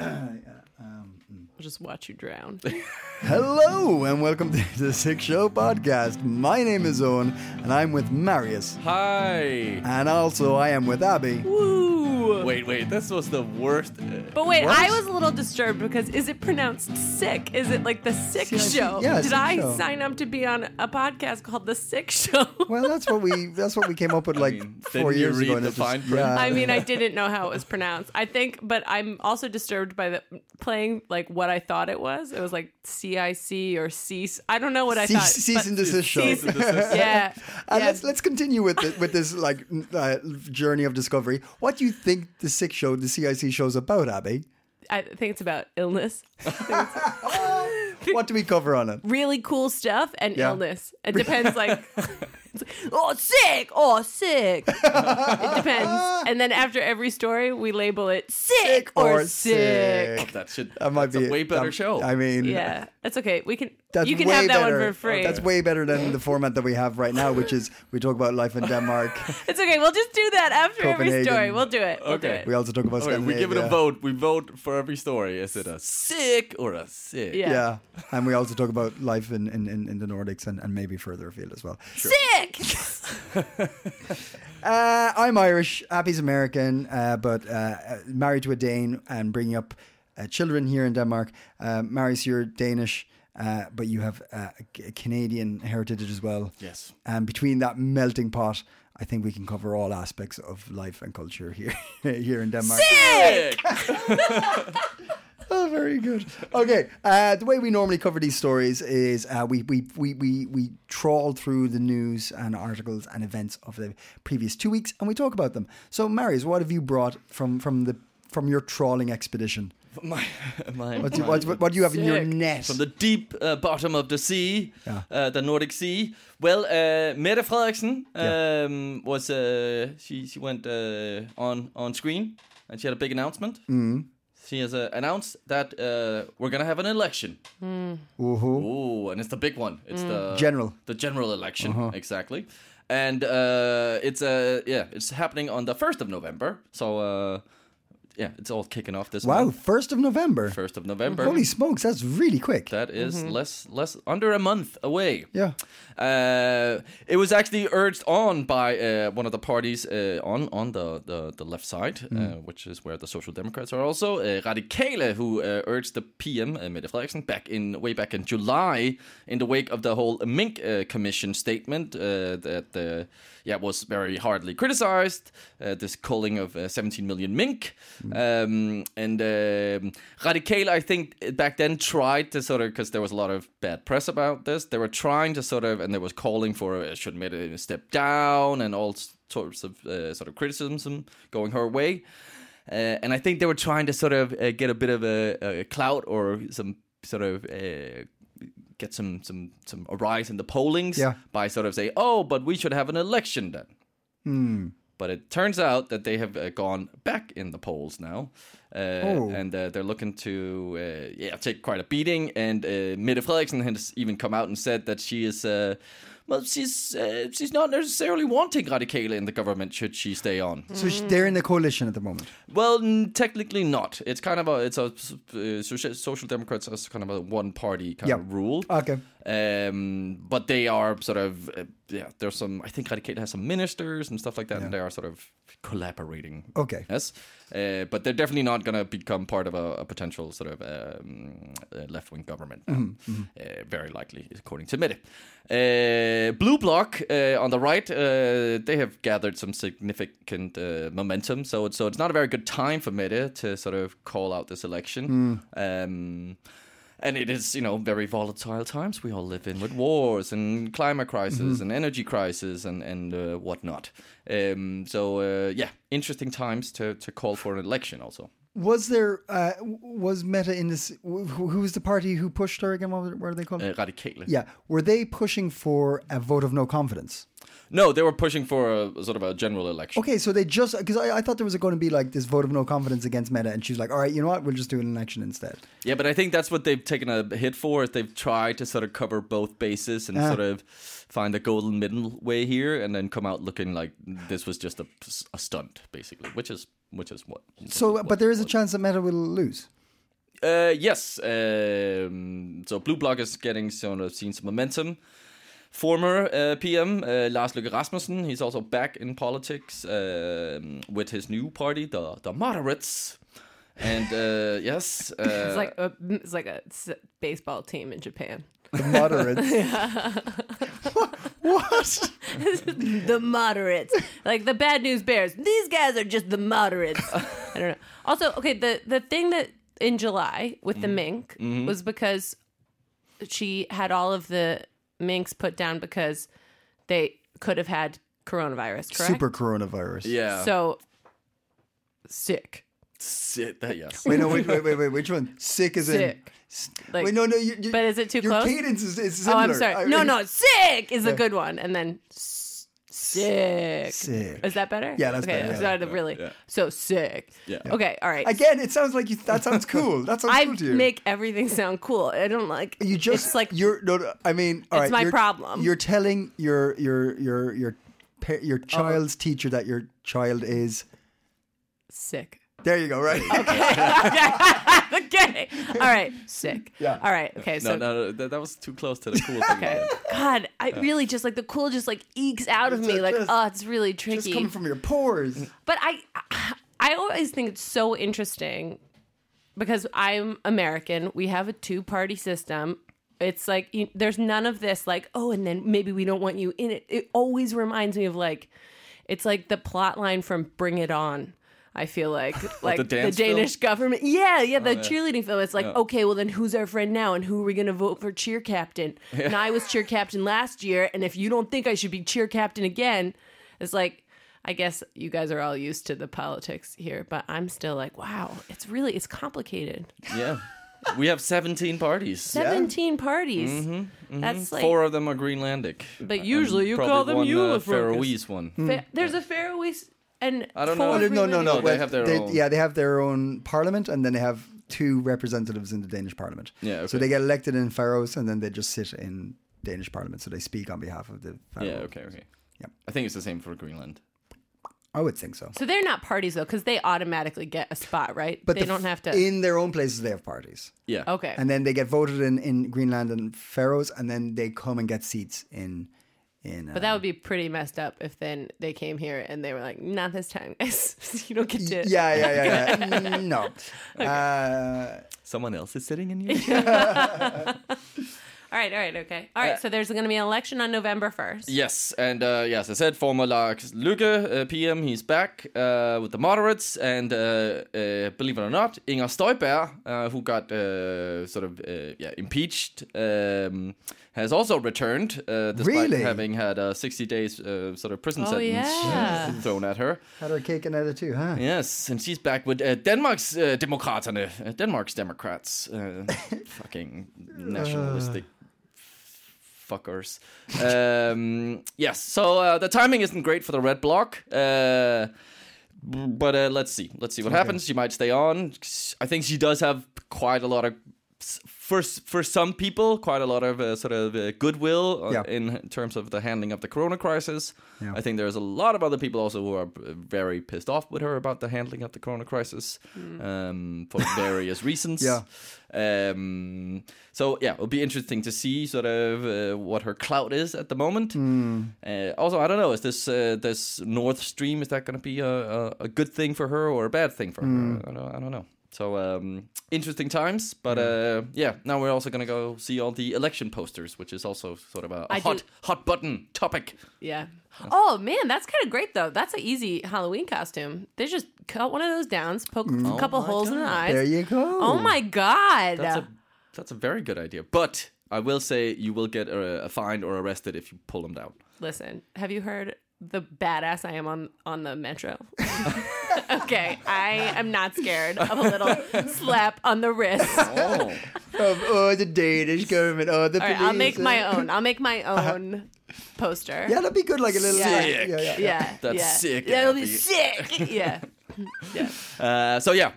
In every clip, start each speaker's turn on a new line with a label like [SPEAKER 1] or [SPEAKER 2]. [SPEAKER 1] I'll just watch you drown.
[SPEAKER 2] Hello and welcome to the Sick Show podcast. My name is Owen and I'm with Marius.
[SPEAKER 3] Hi.
[SPEAKER 2] And also I am with Abby.
[SPEAKER 1] Woo!
[SPEAKER 3] Wait, wait. This was the worst. uh,
[SPEAKER 1] But wait, I was a little disturbed because is it pronounced sick? Is it like the sick
[SPEAKER 2] See, I see-
[SPEAKER 1] show?
[SPEAKER 2] yeah,
[SPEAKER 1] Did
[SPEAKER 2] sick
[SPEAKER 1] I
[SPEAKER 2] show.
[SPEAKER 1] sign up to be on a podcast called The Sick Show?
[SPEAKER 2] Well, that's what we that's what we came up with like
[SPEAKER 3] mean,
[SPEAKER 2] four
[SPEAKER 3] didn't you
[SPEAKER 2] years
[SPEAKER 3] read
[SPEAKER 2] ago. and
[SPEAKER 3] the
[SPEAKER 2] it's just-
[SPEAKER 3] fine print?
[SPEAKER 2] yeah.
[SPEAKER 1] I mean, I didn't know how it was pronounced. I think, but I'm also disturbed by the playing like what I thought it was. It was like CIC or cease. I don't know what I
[SPEAKER 2] Cease-
[SPEAKER 1] thought.
[SPEAKER 2] cease
[SPEAKER 1] but-
[SPEAKER 2] and desist show.
[SPEAKER 1] Cease and desist. yeah.
[SPEAKER 2] And
[SPEAKER 1] yeah.
[SPEAKER 2] let's let's continue with the, with this like n- uh, journey of discovery. What do you think the sick show, the CIC show's about, Abby?
[SPEAKER 1] I think it's about illness.
[SPEAKER 2] What do we cover on it?
[SPEAKER 1] Really cool stuff and
[SPEAKER 2] Yeah.
[SPEAKER 1] illness. It depends, like, oh, sick, oh, sick. it depends. And then after every story, we label it sick, or, sick.
[SPEAKER 3] That should.
[SPEAKER 2] That might
[SPEAKER 3] that's
[SPEAKER 2] be
[SPEAKER 3] a way better
[SPEAKER 2] that-
[SPEAKER 3] show.
[SPEAKER 2] I mean,
[SPEAKER 1] Yeah, that's okay. We can.
[SPEAKER 2] That's
[SPEAKER 1] you can
[SPEAKER 2] way
[SPEAKER 1] have that
[SPEAKER 2] better.
[SPEAKER 1] one for free.
[SPEAKER 2] That's way better than the format that we have right now, which is we talk about life in Denmark.
[SPEAKER 1] It's okay. We'll just do that after every
[SPEAKER 2] Copenhagen.
[SPEAKER 1] story. We'll do it. We'll do
[SPEAKER 3] Okay.
[SPEAKER 1] it.
[SPEAKER 2] We also talk about
[SPEAKER 3] All right, we give it a
[SPEAKER 2] Scandinavia.
[SPEAKER 3] vote. We vote for every story. Is it a sick or a sick?
[SPEAKER 1] Yeah.
[SPEAKER 2] Yeah. And we also talk about life in, in, in, in the Nordics and, and maybe further afield as well.
[SPEAKER 1] Sick.
[SPEAKER 2] Uh, I'm Irish, Abby's American, uh, but uh, uh, married to a Dane and bringing up uh, children here in Denmark. Uh, Marius, you're Danish, uh, but you have uh, a C- a Canadian heritage as well.
[SPEAKER 3] Yes.
[SPEAKER 2] And between that melting pot, I think we can cover all aspects of life and culture here here in Denmark.
[SPEAKER 3] Sick.
[SPEAKER 2] Oh, very good. Okay, uh, the way we normally cover these stories is uh, we, we, we, we, we trawl through the news and articles and events of the previous two weeks and we talk about them. So, Marius, what have you brought from, from, the, from your trawling expedition?
[SPEAKER 3] My, my,
[SPEAKER 2] What do, you- what, what, what do you have in your
[SPEAKER 1] Sick.
[SPEAKER 2] net?
[SPEAKER 3] from the deep uh, bottom of the sea,
[SPEAKER 2] Yeah.
[SPEAKER 3] uh, the Nordic Sea. Well, uh, Mette Frederiksen um, was uh, she she went uh, on on screen and she had a big announcement.
[SPEAKER 2] Mm-hmm.
[SPEAKER 3] She has uh, announced that uh, we're gonna have an election.
[SPEAKER 2] Ooh-hoo.
[SPEAKER 3] Oh, and it's the big one. It's the
[SPEAKER 2] General. Uh-huh.
[SPEAKER 3] the general election exactly. And uh, it's uh, yeah, it's happening on the first of November. So uh, yeah, it's all kicking off this
[SPEAKER 2] Wow,
[SPEAKER 3] month.
[SPEAKER 2] 1st of November.
[SPEAKER 3] First of November.
[SPEAKER 2] Holy smokes, that's really quick.
[SPEAKER 3] That is less less under a month away.
[SPEAKER 2] Yeah.
[SPEAKER 3] Uh, it was actually urged on by uh, one of the parties uh, on on the the, the left side, uh, which is where the Social Democrats are also. Uh, Radikale, who uh, urged the PM uh, Mette Frederiksen back in way back in July, in the wake of the whole Mink uh, Commission statement uh, that uh, yeah was very hardly criticized. Uh, this culling of uh, 17 million mink, um, and um, Radikale, I think uh, back then tried to sort of because there was a lot of bad press about this. They were trying to sort of, and there was calling for uh, should Mette step down and all s- sorts of uh, sort of criticism going her way. Uh, and I think they were trying to sort of uh, get a bit of a, a clout or some sort of uh, get some some some a rise in the pollings
[SPEAKER 2] Yeah.
[SPEAKER 3] by sort of say, oh, but we should have an election then. But it turns out that they have uh, gone back in the polls now, uh, and uh, they're looking to uh, yeah take quite a beating. And uh, Mette Frederiksen has even come out and said that she is uh, well, she's uh, she's not necessarily wanting Radikale in the government should she stay on.
[SPEAKER 2] So sh- they're in the coalition at the moment.
[SPEAKER 3] Well, n- technically not. It's kind of a it's a uh, socia- social democrats are kind of a one party kind of
[SPEAKER 2] Yeah.
[SPEAKER 3] rule.
[SPEAKER 2] Okay.
[SPEAKER 3] Um, but they are sort of uh, yeah. There's some. I think Radikale has some ministers and stuff like that, and they are sort of collaborating.
[SPEAKER 2] Okay.
[SPEAKER 3] Yes. Uh, but they're definitely not going to become part of a, a potential sort of um, uh, left wing government. now. Uh, very likely, according to Mette. Uh, Blue Bloc uh, on the right, uh, they have gathered some significant uh, momentum. So, it's- so it's not a very good time for Mette to sort of call out this election. Um, And it is, you know, very volatile times we all live in with wars and climate crisis
[SPEAKER 2] Mm-hmm.
[SPEAKER 3] and energy crisis and and uh, whatnot. Um, so uh, yeah, interesting times to to call for an election also.
[SPEAKER 2] Was there uh, was Meta in this? Who, who was the party who pushed her again? What were- what were they called?
[SPEAKER 3] Uh, radikale.
[SPEAKER 2] yeah, were they pushing for a vote of no confidence?
[SPEAKER 3] No, they were pushing for a sort of a general election.
[SPEAKER 2] Okay, so they just because I, I thought there was going to be like this vote of no confidence against Meta, and she was like, "All right, you know what? We'll just do an election instead."
[SPEAKER 3] Yeah, but I think that's what they've taken a hit for. Is they've tried to sort of cover both bases
[SPEAKER 2] Ah.
[SPEAKER 3] and sort of find a golden middle way here, and then come out looking like this was just a, a stunt, basically, which is which is what.
[SPEAKER 2] So, but there is a chance that Meta will lose.
[SPEAKER 3] Uh, yes. Um, so Blue Block is getting sort of seen some momentum. Former uh, PM uh, Lars Løkke Rasmussen, he's also back in politics um, with his new party, the the moderates. And uh, yes, uh,
[SPEAKER 1] It's like a, it's like a s- baseball team in Japan.
[SPEAKER 2] The moderates. what?
[SPEAKER 1] the moderates, like the bad news bears. These guys are just the moderates. I don't know. Also, okay, the the thing that in July with the mink was because she had all of the minks put down because they could have had coronavirus. Correct.
[SPEAKER 2] Super coronavirus.
[SPEAKER 3] yeah,
[SPEAKER 1] So sick.
[SPEAKER 3] Sit there, yes.
[SPEAKER 2] Wait, no, wait, wait, wait, wait. Which one? Sick as in.
[SPEAKER 1] Sick.
[SPEAKER 2] S-
[SPEAKER 1] Like-
[SPEAKER 2] wait, no, no. You, you,
[SPEAKER 1] But is it too
[SPEAKER 2] your
[SPEAKER 1] close?
[SPEAKER 2] cadence is, is
[SPEAKER 1] Oh,
[SPEAKER 2] similar.
[SPEAKER 1] I'm sorry.
[SPEAKER 2] I-
[SPEAKER 1] no, no, sick is a good one, and then s- sick.
[SPEAKER 2] Sick.
[SPEAKER 1] Is that better?
[SPEAKER 2] Yeah, that's
[SPEAKER 1] okay,
[SPEAKER 2] better,
[SPEAKER 1] It's
[SPEAKER 2] yeah.
[SPEAKER 1] not a really so sick.
[SPEAKER 3] Yeah.
[SPEAKER 1] Okay. All right.
[SPEAKER 2] Again, it sounds like you. That sounds cool. That sounds
[SPEAKER 1] I
[SPEAKER 2] cool to you.
[SPEAKER 1] make everything sound cool. I don't like.
[SPEAKER 2] you just
[SPEAKER 1] it's like
[SPEAKER 2] you're no. no I mean, all
[SPEAKER 1] It's
[SPEAKER 2] right,
[SPEAKER 1] my
[SPEAKER 2] you're-
[SPEAKER 1] problem.
[SPEAKER 2] You're telling your your your your pa- your
[SPEAKER 1] Oh.
[SPEAKER 2] child's teacher that your child is.
[SPEAKER 1] sick.
[SPEAKER 2] There you go. Right.
[SPEAKER 1] okay. All right. Sick.
[SPEAKER 2] Yeah.
[SPEAKER 1] All right. Okay. So.
[SPEAKER 3] No, no, no that, that was too close to the cool thing.
[SPEAKER 1] Okay. God, I really just like the cool just like ekes out of
[SPEAKER 2] It's
[SPEAKER 1] me
[SPEAKER 2] a-
[SPEAKER 1] like
[SPEAKER 2] just-
[SPEAKER 1] oh it's really tricky.
[SPEAKER 2] Just coming from your pores.
[SPEAKER 1] But I, I always think it's so interesting because I'm American. We have a two party system. It's like you, there's none of this like oh, and then maybe we don't want you in it. It always reminds me of like it's like the plot line from Bring It On. I feel like like the,
[SPEAKER 3] dance film?
[SPEAKER 1] Danish government. Yeah, yeah, the cheerleading film. It's like, okay, well then who's our friend now and who are we gonna vote for cheer captain? And I was cheer captain last year, and if you don't think I should be cheer captain again, it's like I guess you guys are all used to the politics here, but I'm still like, wow, it's really it's complicated.
[SPEAKER 3] Yeah. We have 17 parties.
[SPEAKER 1] Seventeen parties.
[SPEAKER 2] Mm-hmm,
[SPEAKER 1] That's like
[SPEAKER 3] Four of them are Greenlandic.
[SPEAKER 1] But usually you
[SPEAKER 3] Probably
[SPEAKER 1] call them
[SPEAKER 3] one, uh,
[SPEAKER 1] Eurofocus.
[SPEAKER 3] Faroese one.
[SPEAKER 1] Fa- there's a Faroese and
[SPEAKER 3] I don't
[SPEAKER 1] four
[SPEAKER 3] know.
[SPEAKER 2] No, no, no.
[SPEAKER 3] they
[SPEAKER 1] religions.
[SPEAKER 2] well,
[SPEAKER 3] have their own.
[SPEAKER 2] Yeah, they have their own parliament, and then they have two representatives in the Danish parliament.
[SPEAKER 3] Yeah, okay.
[SPEAKER 2] So they get elected in Faroes, and then they just sit in Danish parliament. So they speak on behalf of the. Faroe.
[SPEAKER 3] Yeah, okay, okay.
[SPEAKER 2] Yep.
[SPEAKER 3] I think it's the same for Greenland.
[SPEAKER 2] I would think so.
[SPEAKER 1] So they're not parties though, because they automatically get a spot, right?
[SPEAKER 2] But
[SPEAKER 1] they
[SPEAKER 2] the
[SPEAKER 1] don't
[SPEAKER 2] f-
[SPEAKER 1] have to.
[SPEAKER 2] In their own places, they have parties,
[SPEAKER 3] Yeah.
[SPEAKER 1] okay.
[SPEAKER 2] and then they get voted in in Greenland and Faroes, and then they come and get seats in in. uh,
[SPEAKER 1] but that would be pretty messed up if then they came here and they were like, "Not this time, guys. you don't get to."
[SPEAKER 2] yeah, yeah, yeah, yeah. Mm, no. Uh,
[SPEAKER 3] Someone else is sitting in you?
[SPEAKER 1] All right. All right. Okay. All
[SPEAKER 2] Uh,
[SPEAKER 1] right. so there's going to be an election on November first.
[SPEAKER 3] yes, and uh, yes, I said former Lars Luke, uh, PM, he's back uh, with the moderates, and uh, uh, believe it or not, Inger Støjberg, uh, who got uh, sort of uh, yeah, impeached, um, has also returned, uh, despite
[SPEAKER 2] Really?
[SPEAKER 3] having had a 60 days uh, sort of prison
[SPEAKER 1] Oh,
[SPEAKER 3] sentence
[SPEAKER 1] yeah.
[SPEAKER 3] uh, thrown at her.
[SPEAKER 2] had her cake and had it too, huh?
[SPEAKER 3] Yes, and she's back with uh, Denmark's uh, Demokraterne, uh, Denmark's Democrats, uh, fucking nationalistic fuckers. Um, yes, so uh, the timing isn't great for the red block. Uh, but uh, let's see. Let's see what happens. She might stay on. I think she does have quite a lot of for for some people quite a lot of uh, sort of uh, goodwill uh,
[SPEAKER 2] Yeah.
[SPEAKER 3] in terms of the handling of the corona crisis.
[SPEAKER 2] Yeah.
[SPEAKER 3] I think there's a lot of other people also who are uh, very pissed off with her about the handling of the corona crisis um, for various reasons.
[SPEAKER 2] Yeah.
[SPEAKER 3] Um, so yeah, it'll be interesting to see sort of uh, what her clout is at the moment.
[SPEAKER 2] Hmm.
[SPEAKER 3] Uh, also, I don't know. Is this uh, this North Stream? Is that going to be a, a, a good thing for her or a bad thing for
[SPEAKER 2] Hmm.
[SPEAKER 3] her? I don't, I don't know. So um, interesting times, but uh, yeah. Now we're also going to go see all the election posters, which is also sort of a, a
[SPEAKER 1] I
[SPEAKER 3] hot
[SPEAKER 1] do-
[SPEAKER 3] hot button topic.
[SPEAKER 1] Yeah. Oh man, that's kind of great though. That's an easy Halloween costume. They just cut one of those downs, poke a couple holes in the eyes.
[SPEAKER 2] There you Mm. go.
[SPEAKER 1] Oh my god.
[SPEAKER 3] Oh That's a That's a very good idea. But I will say you will get a, a fine or arrested if you pull them down.
[SPEAKER 1] Listen, have you heard the badass I am on on the metro? okay, I am not scared of a little slap on the wrist.
[SPEAKER 3] Oh,
[SPEAKER 2] Of, oh, the Danish government. Oh, the
[SPEAKER 1] All right,
[SPEAKER 2] police.
[SPEAKER 1] I'll make my
[SPEAKER 2] uh,
[SPEAKER 1] own. I'll make my own poster.
[SPEAKER 2] Yeah, that'd be good. Like a little. Yeah,
[SPEAKER 1] Sick.
[SPEAKER 2] yeah, yeah.
[SPEAKER 1] yeah,
[SPEAKER 3] That's
[SPEAKER 1] yeah.
[SPEAKER 3] sick,
[SPEAKER 1] That'll be
[SPEAKER 3] Abby.
[SPEAKER 1] sick. Yeah. yeah.
[SPEAKER 3] uh, so yeah,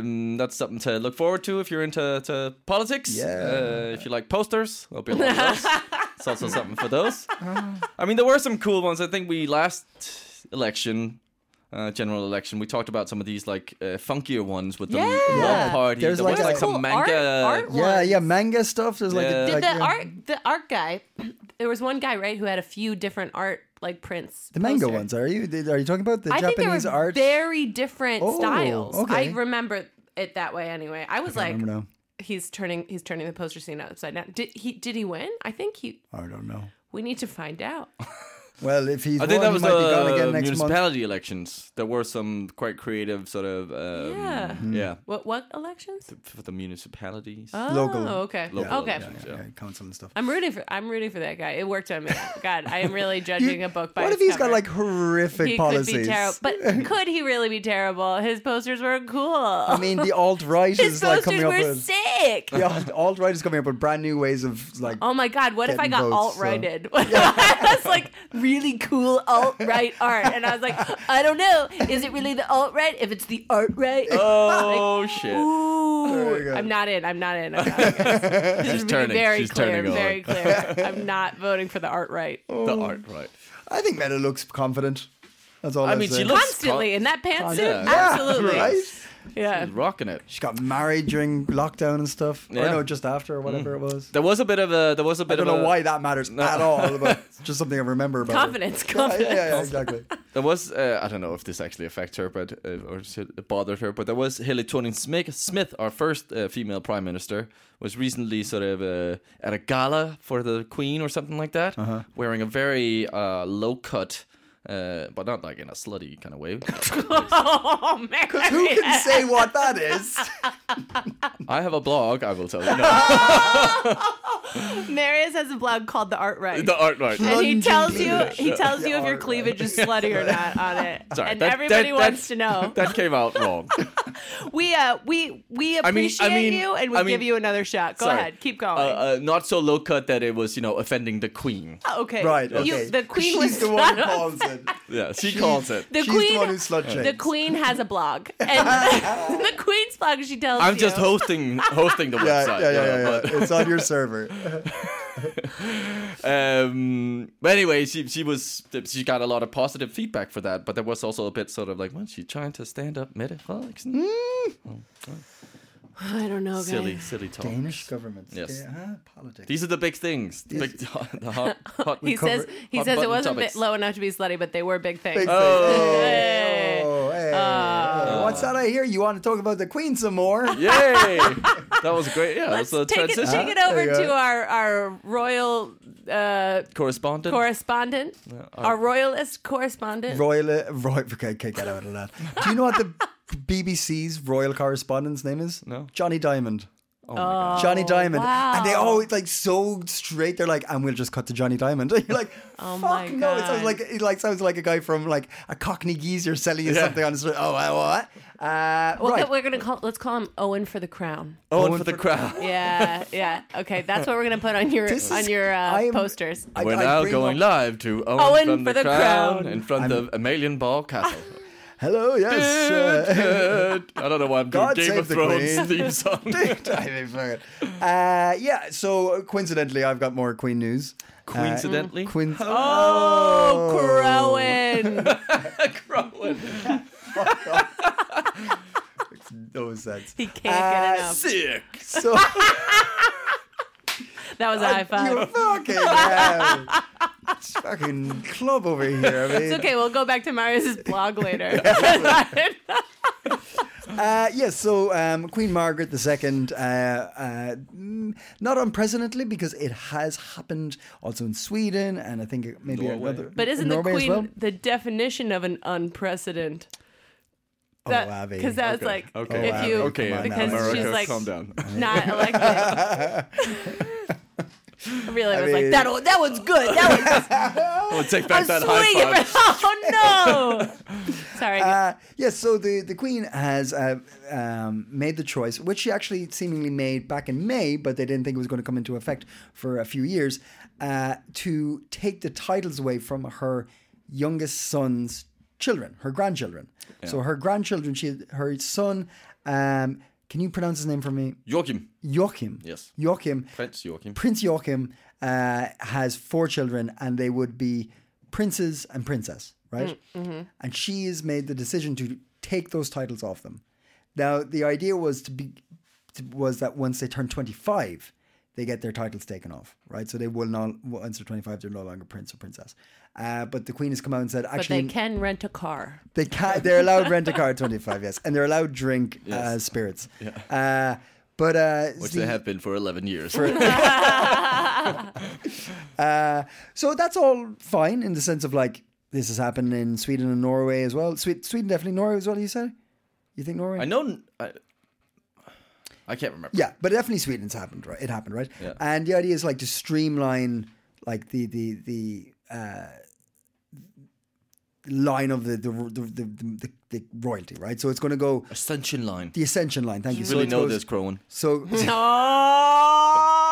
[SPEAKER 3] um, that's something to look forward to if you're into to politics.
[SPEAKER 2] Yeah.
[SPEAKER 3] Uh, if you like posters, there'll be a lot of those. it's also something for those. I mean, there were some cool ones. I think we last election. Uh, general election. We talked about some of these like uh, funkier ones with the
[SPEAKER 1] Yeah.
[SPEAKER 3] love
[SPEAKER 1] Yeah.
[SPEAKER 3] party.
[SPEAKER 2] There's
[SPEAKER 3] there
[SPEAKER 2] like
[SPEAKER 3] was
[SPEAKER 2] a-
[SPEAKER 3] like some
[SPEAKER 1] Cool art-
[SPEAKER 3] manga.
[SPEAKER 1] art
[SPEAKER 2] Yeah,
[SPEAKER 1] ones.
[SPEAKER 2] yeah, manga stuff. There's like,
[SPEAKER 3] Yeah.
[SPEAKER 2] a,
[SPEAKER 1] Did
[SPEAKER 3] Did
[SPEAKER 2] like
[SPEAKER 1] the
[SPEAKER 2] yeah.
[SPEAKER 1] art the art guy there was one guy, right, who had a few different art like prints.
[SPEAKER 2] the manga
[SPEAKER 1] posters.
[SPEAKER 2] ones. Are you? Are you talking about the
[SPEAKER 1] I think they
[SPEAKER 2] Japanese
[SPEAKER 1] were
[SPEAKER 2] art?
[SPEAKER 1] very different
[SPEAKER 2] Oh,
[SPEAKER 1] styles.
[SPEAKER 2] okay.
[SPEAKER 1] I remember it that way anyway. I was like
[SPEAKER 2] I don't know.
[SPEAKER 1] he's turning he's turning the poster scene upside down. Did he did he win? I think he
[SPEAKER 2] I don't know.
[SPEAKER 1] we need to find out.
[SPEAKER 2] Well, if he's
[SPEAKER 3] I think that
[SPEAKER 2] won,
[SPEAKER 3] was
[SPEAKER 2] he might be gone
[SPEAKER 3] the
[SPEAKER 2] again next month.
[SPEAKER 3] municipality elections. There were some quite creative sort of um,
[SPEAKER 1] Yeah.
[SPEAKER 3] yeah
[SPEAKER 2] Mm-hmm.
[SPEAKER 1] Mhm. What what elections?
[SPEAKER 3] for the municipalities.
[SPEAKER 1] Oh,
[SPEAKER 2] Local.
[SPEAKER 1] okay.
[SPEAKER 3] Local
[SPEAKER 1] okay.
[SPEAKER 3] elections.
[SPEAKER 2] Yeah, yeah, council and stuff.
[SPEAKER 1] I'm rooting for I'm rooting for that guy. It worked on me. God, I am really judging a book by
[SPEAKER 2] what
[SPEAKER 1] its
[SPEAKER 2] if he's
[SPEAKER 1] cover.
[SPEAKER 2] got like horrific
[SPEAKER 1] he
[SPEAKER 2] policies?
[SPEAKER 1] could be terrible, but could he really be terrible? His posters were cool.
[SPEAKER 2] I mean, the alt right
[SPEAKER 1] his
[SPEAKER 2] is like
[SPEAKER 1] posters
[SPEAKER 2] coming up
[SPEAKER 1] were
[SPEAKER 2] with.
[SPEAKER 1] sick.
[SPEAKER 2] The alt right is coming up with brand new ways of like.
[SPEAKER 1] Oh my god, what if I
[SPEAKER 2] Getting
[SPEAKER 1] got
[SPEAKER 2] votes,
[SPEAKER 1] alt
[SPEAKER 2] so-
[SPEAKER 1] righted? That's like really cool alt right art. And I was like, I don't know. Is it really the alt right? If it's the art right,
[SPEAKER 3] Oh shit!
[SPEAKER 2] Oh. There we
[SPEAKER 1] ooh,
[SPEAKER 2] go.
[SPEAKER 1] I'm not in. I'm not in. I'm not in. This is
[SPEAKER 3] She's
[SPEAKER 1] really
[SPEAKER 3] turning.
[SPEAKER 1] Very
[SPEAKER 3] She's
[SPEAKER 1] clear.
[SPEAKER 3] turning on
[SPEAKER 1] very clear. I'm not voting for the art right.
[SPEAKER 2] Oh,
[SPEAKER 3] the art, right?
[SPEAKER 2] I think Meta looks confident. That's all
[SPEAKER 3] I
[SPEAKER 2] I
[SPEAKER 3] mean, she
[SPEAKER 2] say.
[SPEAKER 3] looks-
[SPEAKER 1] Constantly in that pantsuit.
[SPEAKER 3] Yeah.
[SPEAKER 1] Absolutely.
[SPEAKER 2] Right?
[SPEAKER 1] Yeah.
[SPEAKER 3] Rocking it.
[SPEAKER 2] She got married during lockdown and stuff. Or
[SPEAKER 3] Yeah.
[SPEAKER 2] no, just after or whatever it was.
[SPEAKER 3] There was a bit of a. There was a
[SPEAKER 2] I
[SPEAKER 3] bit
[SPEAKER 2] don't
[SPEAKER 3] of
[SPEAKER 2] know
[SPEAKER 3] a,
[SPEAKER 2] why that matters at all, but it's just something I remember about. her.
[SPEAKER 1] Confidence.
[SPEAKER 2] Yeah,
[SPEAKER 1] Confidence.
[SPEAKER 2] yeah, yeah, exactly.
[SPEAKER 3] There was. Uh, I don't know if this actually affects her, but uh, or s- it bothered her. But there was Hillary Toning Smith, Smith, our first uh, female prime minister, was recently sort of uh, at a gala for the Queen or something like that,
[SPEAKER 2] Uh-huh.
[SPEAKER 3] wearing a very uh, low cut. Uh, but not like in a slutty kind of way.
[SPEAKER 1] Oh man.
[SPEAKER 2] Who can say what that is?
[SPEAKER 3] I have a blog. I will tell you. No,
[SPEAKER 1] Marius has a blog called The Art Right.
[SPEAKER 3] the art right.
[SPEAKER 1] and he
[SPEAKER 2] Plunging
[SPEAKER 1] tells you
[SPEAKER 2] cleavage.
[SPEAKER 1] he tells you if your
[SPEAKER 2] Alright.
[SPEAKER 1] cleavage is slutty or not on it.
[SPEAKER 3] Sorry,
[SPEAKER 1] and
[SPEAKER 3] that- that-
[SPEAKER 1] everybody
[SPEAKER 3] that-
[SPEAKER 1] wants to know.
[SPEAKER 3] That came out wrong.
[SPEAKER 1] we uh we we
[SPEAKER 3] I mean-
[SPEAKER 1] appreciate
[SPEAKER 3] I mean-
[SPEAKER 1] you and we
[SPEAKER 3] I mean-
[SPEAKER 1] give you another shot. Go
[SPEAKER 3] Sorry.
[SPEAKER 1] ahead, keep going.
[SPEAKER 3] Uh, uh, not so low cut that it was, you know, offending the queen.
[SPEAKER 1] Oh, okay,
[SPEAKER 2] Right.
[SPEAKER 3] uh,
[SPEAKER 2] Okay.
[SPEAKER 1] You, the queen
[SPEAKER 2] She's
[SPEAKER 1] was
[SPEAKER 2] the one who
[SPEAKER 1] not-
[SPEAKER 2] calls it.
[SPEAKER 3] Yeah, she calls it.
[SPEAKER 1] The
[SPEAKER 2] She's
[SPEAKER 1] queen,
[SPEAKER 2] the one who slut shames.
[SPEAKER 1] the queen has a blog, and the queen's blog. She tells
[SPEAKER 3] I'm
[SPEAKER 1] you-
[SPEAKER 3] just hosting hosting the
[SPEAKER 2] Yeah,
[SPEAKER 3] website.
[SPEAKER 2] yeah, yeah,
[SPEAKER 3] you know,
[SPEAKER 2] yeah, yeah.
[SPEAKER 3] but-
[SPEAKER 2] It's on your server.
[SPEAKER 3] Um, but anyway, she she was she got a lot of positive feedback for that, but there was also a bit sort of like, was she trying to stand up metaphorics?
[SPEAKER 1] Mm.
[SPEAKER 3] Mm.
[SPEAKER 1] I don't know, guys.
[SPEAKER 3] Silly, silly talk.
[SPEAKER 2] Danish government.
[SPEAKER 3] Yes.
[SPEAKER 2] Yeah, huh? politics.
[SPEAKER 3] These are the big things. The big, the hot, hot,
[SPEAKER 1] He says
[SPEAKER 2] cover-
[SPEAKER 1] he
[SPEAKER 3] hot
[SPEAKER 1] says it
[SPEAKER 3] button
[SPEAKER 1] wasn't bit
[SPEAKER 3] topics.
[SPEAKER 1] low enough to be slutty, but they were big things.
[SPEAKER 2] Big
[SPEAKER 3] Oh. Uh,
[SPEAKER 2] thing. Oh, hey. Hey. What's that I hear? You want to talk about the queen some more?
[SPEAKER 3] Yay! that was great. Yeah,
[SPEAKER 1] Let's
[SPEAKER 3] that was a
[SPEAKER 1] take it,
[SPEAKER 3] transition.
[SPEAKER 1] take it
[SPEAKER 2] There
[SPEAKER 1] over
[SPEAKER 2] you go.
[SPEAKER 1] to our, our royal uh,
[SPEAKER 3] Correspondent.
[SPEAKER 1] correspondent, our royalist correspondent.
[SPEAKER 2] Royal, uh, Roy, okay, okay, get out of that. Do you know what the BBC's royal correspondent's name is?
[SPEAKER 3] No. Oh
[SPEAKER 2] Johnny Diamond. Johnny Diamond. And they
[SPEAKER 1] wow.
[SPEAKER 2] always like so straight. They're like, and we'll just cut to Johnny Diamond. You're like,
[SPEAKER 1] Oh
[SPEAKER 2] fuck
[SPEAKER 1] my
[SPEAKER 2] no. It sounds
[SPEAKER 1] God.
[SPEAKER 2] like it like sounds like a guy from like a Cockney geezer selling you
[SPEAKER 3] Yeah.
[SPEAKER 2] something on the street. Oh, uh, what? Uh,
[SPEAKER 1] Well,
[SPEAKER 2] right.
[SPEAKER 1] We're gonna call. Let's call him Owen for the crown.
[SPEAKER 3] Owen for the crowd.
[SPEAKER 1] Yeah, yeah. Okay, that's what we're gonna put on your
[SPEAKER 2] This is-
[SPEAKER 1] on your uh,
[SPEAKER 2] I am-
[SPEAKER 1] posters.
[SPEAKER 2] I-
[SPEAKER 3] We're
[SPEAKER 2] I
[SPEAKER 3] now
[SPEAKER 2] bring
[SPEAKER 3] going
[SPEAKER 2] up-
[SPEAKER 3] live to Owen,
[SPEAKER 1] Owen
[SPEAKER 3] from
[SPEAKER 1] for
[SPEAKER 3] the,
[SPEAKER 1] the
[SPEAKER 3] crown,
[SPEAKER 1] Crown.
[SPEAKER 3] in frfront of Emelian Ball Castle.
[SPEAKER 2] Hello, yes. uh,
[SPEAKER 3] I don't know why I'm doing
[SPEAKER 2] God
[SPEAKER 3] Game
[SPEAKER 2] save
[SPEAKER 3] of
[SPEAKER 2] the
[SPEAKER 3] Thrones
[SPEAKER 2] Queen.
[SPEAKER 3] theme song.
[SPEAKER 2] I mean, fuck it. Uh, yeah, so coincidentally, I've got more Queen news. Uh,
[SPEAKER 3] Coincidentally,
[SPEAKER 2] Queen.
[SPEAKER 1] Oh, Crowan.
[SPEAKER 2] Oh.
[SPEAKER 3] Crowan.
[SPEAKER 2] No sense.
[SPEAKER 1] he can't get
[SPEAKER 2] Uh,
[SPEAKER 1] enough.
[SPEAKER 3] Sick.
[SPEAKER 2] So
[SPEAKER 1] That was a high
[SPEAKER 2] you're
[SPEAKER 1] five.
[SPEAKER 2] fucking hell. It's fucking club over here. I mean,
[SPEAKER 1] It's okay. We'll go back to Marius's blog later.
[SPEAKER 2] Uh, yes, so um, Queen Margaret II, uh, uh, mm, not unprecedentedly because it has happened also in Sweden and I think maybe
[SPEAKER 3] Norway.
[SPEAKER 2] another.
[SPEAKER 1] but isn't the
[SPEAKER 2] Norway
[SPEAKER 1] queen
[SPEAKER 2] as well.
[SPEAKER 1] the definition of an unprecedented? That-
[SPEAKER 2] Oh, Abby. Oh,
[SPEAKER 1] Because that was like,
[SPEAKER 3] Okay.
[SPEAKER 1] if you,
[SPEAKER 2] Abby,
[SPEAKER 3] okay,
[SPEAKER 2] come on
[SPEAKER 1] because
[SPEAKER 2] now.
[SPEAKER 1] she's
[SPEAKER 3] America,
[SPEAKER 1] like
[SPEAKER 3] calm down.
[SPEAKER 1] not elected. I really was
[SPEAKER 2] mean-
[SPEAKER 1] like, that, one- that one's good. That one's
[SPEAKER 3] I would take
[SPEAKER 1] I'm
[SPEAKER 3] back that high
[SPEAKER 1] swinging
[SPEAKER 3] five.
[SPEAKER 1] for- Oh no! Sorry.
[SPEAKER 2] Uh, yes, so the, the Queen has uh, um, made the choice, which she actually seemingly made back in May, but they didn't think it was going to come into effect for a few years, uh, to take the titles away from her youngest son's children, her grandchildren. So her grandchildren, she her son, um, can you pronounce his name for me?
[SPEAKER 3] Joachim.
[SPEAKER 2] Joachim.
[SPEAKER 3] Yes.
[SPEAKER 2] Joachim.
[SPEAKER 3] Prince Joachim.
[SPEAKER 2] Prince Joachim uh, has four children, and they would be princes and princess, right?
[SPEAKER 1] Mm, mm-hmm.
[SPEAKER 2] And she has made the decision to take those titles off them. Now, the idea was to be to, was that once they turn twenty five, they get their titles taken off, right? So they will not once they're twenty five, they're no longer prince or princess. Uh, but the queen has come out and said,
[SPEAKER 1] but
[SPEAKER 2] actually,
[SPEAKER 1] they can rent a car.
[SPEAKER 2] they can They're allowed rent a car at 25, yes, and they're allowed drink uh, spirits. Uh, but uh,
[SPEAKER 3] Which
[SPEAKER 2] the-
[SPEAKER 3] they have been for 11 years.
[SPEAKER 2] So that's all fine in the sense of like this has happened in Sweden and Norway as well. Sweden, Sweden definitely Norway as well. You said, you think Norway?
[SPEAKER 3] I know. I, I can't remember.
[SPEAKER 2] Yeah, but definitely Sweden's happened. Right, it happened, right?
[SPEAKER 3] Yeah.
[SPEAKER 2] And the idea is like to streamline like the the the uh, line of the the the, the, the, the royalty, right? So it's going to go
[SPEAKER 3] Ascension line.
[SPEAKER 2] the ascension line. Thank you.
[SPEAKER 3] really
[SPEAKER 2] so it
[SPEAKER 3] know
[SPEAKER 2] goes-
[SPEAKER 3] this, Crowan.
[SPEAKER 2] So